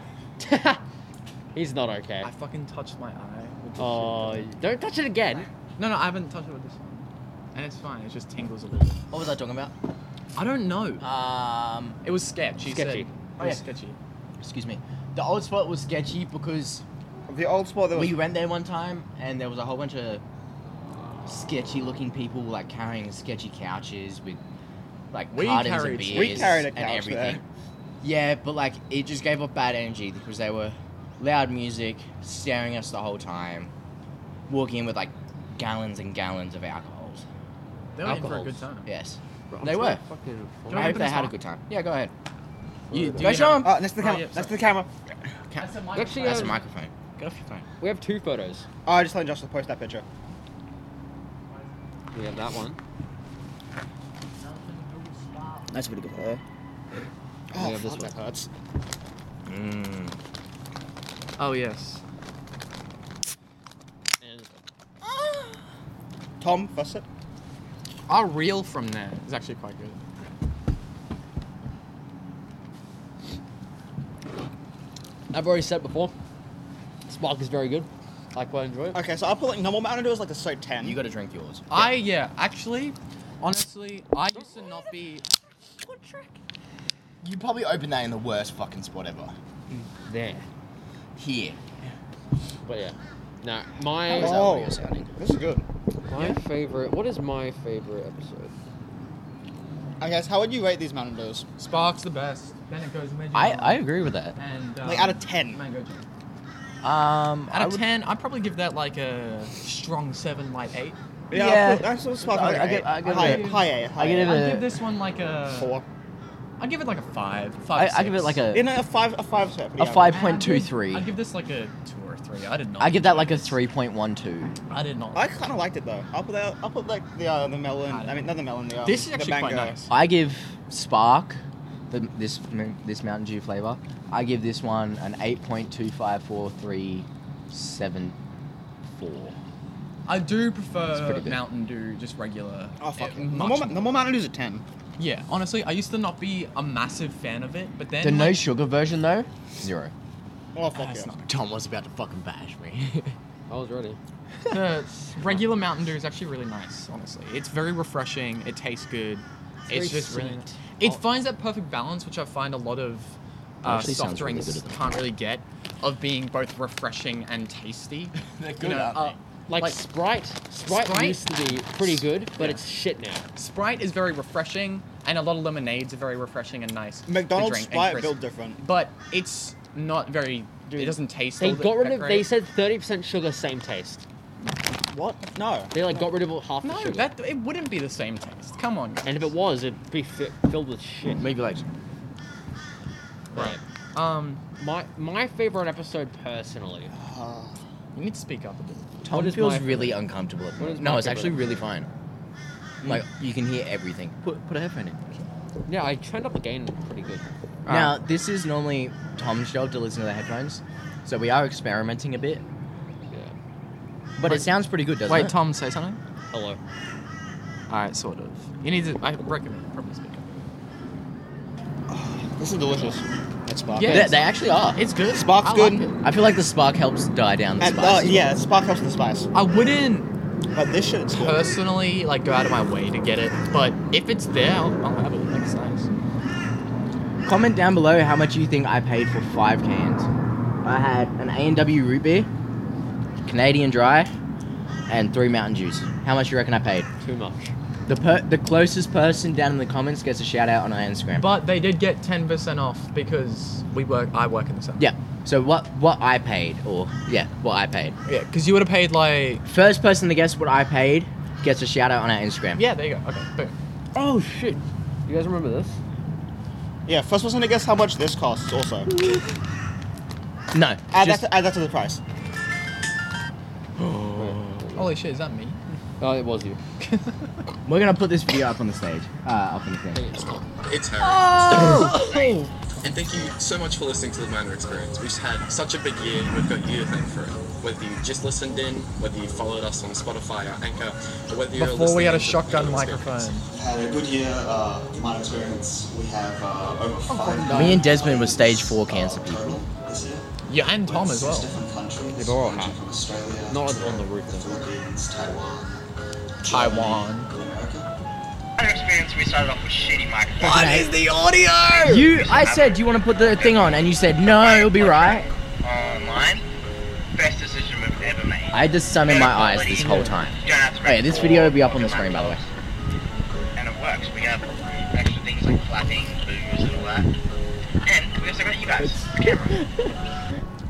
Speaker 7: He's not okay.
Speaker 3: I fucking touched my eye. With this
Speaker 7: Oh,
Speaker 3: shit.
Speaker 7: don't touch it again.
Speaker 3: No, no, I haven't touched it with this one. And it's fine. It just tingles a little. bit.
Speaker 6: What was I talking about?
Speaker 3: I don't know.
Speaker 6: Um,
Speaker 3: It was sketchy.
Speaker 7: Sketchy.
Speaker 3: Said.
Speaker 6: Oh,
Speaker 3: It
Speaker 6: yeah.
Speaker 3: was sketchy.
Speaker 6: excuse me. The old spot was sketchy because
Speaker 2: The old spot that was
Speaker 6: we went there one time and there was a whole bunch of sketchy looking people like carrying sketchy couches with like
Speaker 3: We
Speaker 6: cartons
Speaker 3: carried-
Speaker 6: of
Speaker 3: we
Speaker 6: beers
Speaker 2: carried a
Speaker 6: and
Speaker 2: couch there.
Speaker 6: everything. Yeah, but like it just gave off bad energy because they were loud music, staring at us the whole time, walking in with like gallons and gallons of alcohols.
Speaker 3: They were in for a good
Speaker 7: Alcohols.
Speaker 3: time.
Speaker 6: Yes. They were.
Speaker 3: Do
Speaker 6: I
Speaker 7: Fucking
Speaker 3: you
Speaker 6: hope
Speaker 3: remember
Speaker 6: they
Speaker 3: this
Speaker 6: had a
Speaker 3: one?
Speaker 6: good time. Yeah, go ahead.
Speaker 3: You, do
Speaker 6: Go
Speaker 3: you
Speaker 6: show
Speaker 3: have-
Speaker 6: 'em.
Speaker 2: Oh, next to the
Speaker 3: Oh,
Speaker 2: camera.
Speaker 3: yeah,
Speaker 2: next to the
Speaker 3: sorry.
Speaker 2: camera.
Speaker 3: That's a mic.
Speaker 7: Actually,
Speaker 6: That's a
Speaker 7: um,
Speaker 6: microphone. Get off your phone.
Speaker 7: We have two photos.
Speaker 2: Oh, I just let Josh post that picture.
Speaker 7: We have that one.
Speaker 6: That's pretty good photo.
Speaker 7: we have this one.
Speaker 2: hurts.
Speaker 3: Oh yes.
Speaker 7: And-
Speaker 2: Tom, first it.
Speaker 3: Our reel from there is actually quite good.
Speaker 7: I've already said before. Spark is very good. I quite enjoy it.
Speaker 2: Okay, so I'll put like normal Mountain Dew is like a soap 10.
Speaker 6: You gotta drink yours.
Speaker 3: I yeah, actually, honestly, I used to not be.
Speaker 6: You probably opened that in the worst fucking spot ever.
Speaker 7: There.
Speaker 6: Here.
Speaker 7: But yeah. No, my
Speaker 6: How's that
Speaker 2: Oh.
Speaker 6: audio sounding?
Speaker 2: This is good.
Speaker 7: my favorite. What is my favorite episode?
Speaker 2: I guess, how would you rate these Mountain Dews?
Speaker 3: Spark's the best. Then it goes Midget.
Speaker 6: I, I agree with that.
Speaker 3: And um,
Speaker 2: Like out of 10.
Speaker 3: Mango Jam.
Speaker 6: Um,
Speaker 3: Out
Speaker 6: I
Speaker 3: of
Speaker 6: would-
Speaker 3: ten, I'd probably give that like a strong seven, light eight.
Speaker 2: Yeah,
Speaker 1: Yeah.
Speaker 2: I put, that's what's
Speaker 1: I- I
Speaker 2: fucking
Speaker 1: give- I give
Speaker 2: high,
Speaker 1: it-
Speaker 2: high A. High
Speaker 1: I give
Speaker 2: A.
Speaker 1: it
Speaker 3: I'd
Speaker 1: a-
Speaker 3: give this one like a.
Speaker 2: four.
Speaker 3: I'd give it like a five.
Speaker 1: I,
Speaker 3: Five.
Speaker 1: I give it like a.
Speaker 2: You know, a five, a five is fair, pretty
Speaker 1: A
Speaker 2: average.
Speaker 1: five-
Speaker 3: And I'd give-
Speaker 1: 0.23.
Speaker 3: I'd give this like a two or a three. I did not.
Speaker 1: I give that like a
Speaker 3: this.
Speaker 1: three point one two.
Speaker 3: I did not.
Speaker 2: I kind of liked it though. I'll put that. I'll put like the uh, the melon. I mean, not the melon. The, um,
Speaker 3: this is
Speaker 2: the
Speaker 3: actually
Speaker 2: mango.
Speaker 3: quite nice.
Speaker 1: I give Spark, the, this m- this Mountain Dew flavor. I give this one an eight point two five four three seven four.
Speaker 3: I do
Speaker 1: It's
Speaker 3: prefer
Speaker 1: pretty good.
Speaker 3: Mountain Dew, just regular.
Speaker 2: Oh fuck!
Speaker 3: uh,
Speaker 2: The
Speaker 3: much
Speaker 2: more,
Speaker 3: more.
Speaker 2: the more Mountain Dew's a ten.
Speaker 3: Yeah, honestly, I used to not be a massive fan of it, but then
Speaker 1: The no
Speaker 3: like,
Speaker 1: sugar version though, zero.
Speaker 2: Oh fuck
Speaker 3: That's
Speaker 2: yeah!
Speaker 3: not-
Speaker 6: Tom was about to fucking bash me.
Speaker 7: I was ready.
Speaker 3: the *laughs* regular Mountain Dew is actually really nice. Honestly, it's very refreshing. It tastes good. It's,
Speaker 7: very
Speaker 3: just really.
Speaker 7: sweet.
Speaker 3: It finds that perfect balance, which I find a lot of uh,
Speaker 6: Oh. Actually
Speaker 3: soft
Speaker 6: sounds really
Speaker 3: drinks
Speaker 6: good at the
Speaker 3: can't really get, of being both refreshing and tasty.
Speaker 6: They're
Speaker 3: you know, uh,
Speaker 7: Like,
Speaker 3: Like-
Speaker 7: Sprite. Sprite.
Speaker 3: Sprite?
Speaker 7: used to be pretty good, but
Speaker 3: Yeah.
Speaker 7: it's shit now.
Speaker 3: Sprite is very refreshing, and a lot of lemonades are very refreshing and nice. to
Speaker 2: McDonald's
Speaker 3: drink and
Speaker 2: Sprite
Speaker 3: crisp.
Speaker 2: built different.
Speaker 3: but it's not very.
Speaker 2: Dude,
Speaker 3: it doesn't taste.
Speaker 7: They
Speaker 3: all that-
Speaker 7: got rid
Speaker 3: that
Speaker 7: of.
Speaker 3: great.
Speaker 7: They said 30% sugar, same taste.
Speaker 2: What? No.
Speaker 7: They like got rid of all- half the
Speaker 3: no.
Speaker 7: sugar.
Speaker 3: That it wouldn't be the same taste. Come on.
Speaker 7: and if it was, it'd be fi- filled with shit.
Speaker 6: Maybe like
Speaker 3: Right. Um,
Speaker 7: My my favorite episode personally.
Speaker 3: you need to speak up a bit.
Speaker 6: Tom
Speaker 7: What is
Speaker 6: feels
Speaker 7: my
Speaker 6: really uncomfortable. At the
Speaker 7: What
Speaker 6: moment.
Speaker 7: is
Speaker 6: No,
Speaker 7: my
Speaker 6: it's actually
Speaker 7: favorite?
Speaker 6: really fine. Like you can hear everything. Hmm. Put put a headphone in.
Speaker 7: Yeah, I turned up the gain pretty good.
Speaker 6: Now this is normally Tom's job to listen to the headphones, so we are experimenting a bit.
Speaker 7: Yeah.
Speaker 6: But it sounds pretty good, doesn't
Speaker 3: Wait,
Speaker 6: it?
Speaker 3: Tom, say something.
Speaker 7: Hello.
Speaker 3: All right, sort of. You need to. I recommend probably speak up.
Speaker 2: This is delicious. That's Spark.
Speaker 3: Yeah.
Speaker 6: They, they actually are.
Speaker 3: It's good.
Speaker 2: Spark's
Speaker 3: I like
Speaker 2: good.
Speaker 3: it.
Speaker 6: I feel like the spark helps die down the
Speaker 2: And, uh,
Speaker 6: spice.
Speaker 2: yeah, Spark helps with the spice.
Speaker 3: I wouldn't
Speaker 2: But this shit, it's good.
Speaker 3: personally like go out of my way to get it, but if it's there, I'll, I'll have it. Like, it's nice.
Speaker 6: Comment down below how much you think I paid for five cans. I had an A&W root beer, Canadian dry, and three Mountain Dews. How much you reckon I paid?
Speaker 7: Too much.
Speaker 6: The per- the closest person down in the comments gets a shout out on our Instagram.
Speaker 3: But they did get ten percent off because we work. I work in the center.
Speaker 6: yeah. So what what I paid or yeah, what I paid.
Speaker 3: Yeah, because you would have paid like.
Speaker 6: First person to guess what I paid gets a shout out on our Instagram.
Speaker 3: Yeah, there you go. Okay, boom.
Speaker 7: Oh shit! You guys remember this?
Speaker 2: Yeah, first person to guess how much this costs also.
Speaker 6: No.
Speaker 10: Uh,
Speaker 2: Add, that,
Speaker 6: just-
Speaker 2: to, add that to the price.
Speaker 3: Holy shit, is that me?
Speaker 7: Oh, it was you.
Speaker 6: We're gonna put this video up on the stage. Uh, up on the thing.
Speaker 11: It's Harry.
Speaker 3: Oh!
Speaker 11: and thank you so much for listening to the Minor Experience. We've just had such a big year. We've got you to thank for it. Whether you just listened in, whether you followed us on Spotify or Anchor, or whether you're
Speaker 3: Before we had a
Speaker 11: listening to the
Speaker 3: shotgun
Speaker 11: Minor Experience.
Speaker 3: microphone.
Speaker 12: had a good year, uh, my experience. We have uh,
Speaker 7: Oh,
Speaker 12: over five. uh,
Speaker 6: Me and Desmond were stage four cancer people.
Speaker 12: This year,
Speaker 3: Yeah, and Tom as
Speaker 12: six
Speaker 3: well.
Speaker 12: different countries.
Speaker 7: Yeah, but we're all
Speaker 12: ranging
Speaker 7: hot.
Speaker 12: from Australia,
Speaker 7: Not
Speaker 12: to
Speaker 7: on the roof,
Speaker 12: the
Speaker 7: though.
Speaker 12: Philippines, Taiwan, Germany,
Speaker 3: Taiwan.
Speaker 12: and America.
Speaker 13: Our experience, we started off with shitty microphones.
Speaker 6: What is the audio? You, I said, do you want to put the thing on? And you said, no, it'll be right.
Speaker 13: Online, best decision we've ever made.
Speaker 6: I had the sun in my eyes this whole time.
Speaker 13: Don't have to
Speaker 6: Oh yeah, this video will be up on the screen, by the way.
Speaker 13: And it works. We have extra things like clapping, boos, and all that. And we also got you guys, the camera.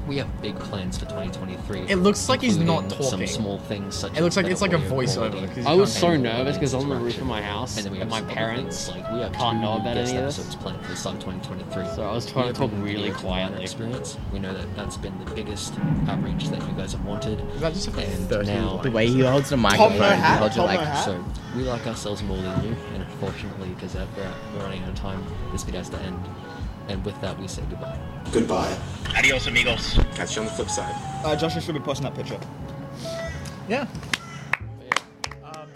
Speaker 10: We have big plans for 2023.
Speaker 3: It looks like he's not
Speaker 10: including Some
Speaker 3: talking.
Speaker 10: small things such
Speaker 3: It looks
Speaker 10: as
Speaker 3: like it's like
Speaker 10: better
Speaker 3: a
Speaker 10: audio
Speaker 3: voiceover.
Speaker 10: quality.
Speaker 3: 'cause you
Speaker 7: I was
Speaker 3: can't-
Speaker 7: so nervous because on the roof of my house,
Speaker 10: And then we have
Speaker 7: and my
Speaker 10: some other
Speaker 7: parents
Speaker 10: things, like we have
Speaker 7: can't
Speaker 10: two
Speaker 7: know about
Speaker 10: guest
Speaker 7: any of this.
Speaker 10: episodes planned for the summer 2023.
Speaker 7: So I was
Speaker 10: We
Speaker 7: trying to
Speaker 10: have
Speaker 7: talk
Speaker 10: been
Speaker 7: really
Speaker 10: here for our
Speaker 7: quietly.
Speaker 10: Experience. We know that that's been the biggest outreach that you guys have wanted.
Speaker 3: Is that just like a
Speaker 10: And
Speaker 3: dirty
Speaker 10: now,
Speaker 6: The way he holds the microphone,
Speaker 2: Tom no
Speaker 6: he
Speaker 2: hat,
Speaker 6: holds it
Speaker 2: Tom no
Speaker 6: like
Speaker 2: hat.
Speaker 10: So we like ourselves more than you, and unfortunately, because we're, we're running out of time, this video has to end. And with that, we say goodbye.
Speaker 12: Goodbye.
Speaker 13: Adios, amigos.
Speaker 11: Catch you on the flip side.
Speaker 2: Uh, Joshua should be posting that picture.
Speaker 3: Yeah. Um,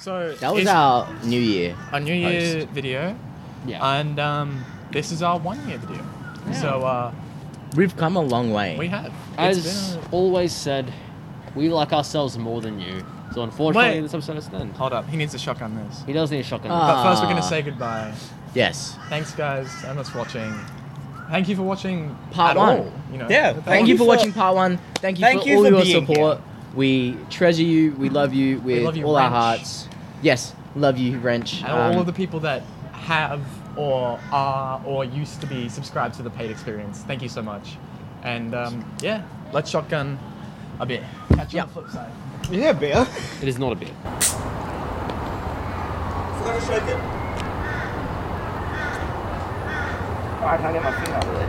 Speaker 3: So
Speaker 6: That was
Speaker 3: it's
Speaker 6: our New Year.
Speaker 3: a New Year video,
Speaker 7: Yeah.
Speaker 3: and um, this is our one year video. So uh,
Speaker 6: We've come a long way.
Speaker 3: we have. It's
Speaker 7: As
Speaker 3: been
Speaker 7: always said, we like ourselves more than you. So unfortunately,
Speaker 3: Wait.
Speaker 7: this episode has to
Speaker 3: a-
Speaker 7: end.
Speaker 3: hold up, he needs to shotgun this.
Speaker 7: He does need a shotgun.
Speaker 6: Ah.
Speaker 3: But first, we're
Speaker 6: Ah.
Speaker 3: gonna say goodbye.
Speaker 6: Yes.
Speaker 3: Thanks, guys, and that's watching. Thank you for watching
Speaker 6: Part
Speaker 3: at
Speaker 6: one.
Speaker 3: All, you know.
Speaker 2: Yeah,
Speaker 3: Thank
Speaker 6: Thank
Speaker 3: you.
Speaker 6: you for watching part one. Thank you
Speaker 2: Thank
Speaker 6: for
Speaker 2: you
Speaker 6: all
Speaker 2: for
Speaker 6: your
Speaker 2: being
Speaker 6: support. We treasure you. We love you with
Speaker 3: love you,
Speaker 6: all our
Speaker 3: Wrench.
Speaker 6: hearts. Yes, love you, Wrench.
Speaker 3: And
Speaker 6: Um,
Speaker 3: all of the people that have or are or used to be subscribed to the paid experience. Thank you so much. And um, yeah, let's shotgun a bit. Catch you on
Speaker 6: Yeah.
Speaker 3: the flip side.
Speaker 2: Yeah, beer.
Speaker 7: It is not a beer.
Speaker 2: Forgot to shake it.
Speaker 13: I can't get my finger out of it.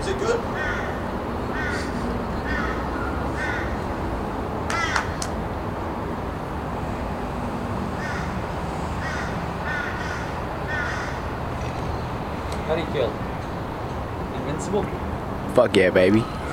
Speaker 12: Is it good?
Speaker 7: How do you feel? Invincible?
Speaker 6: Fuck yeah, baby.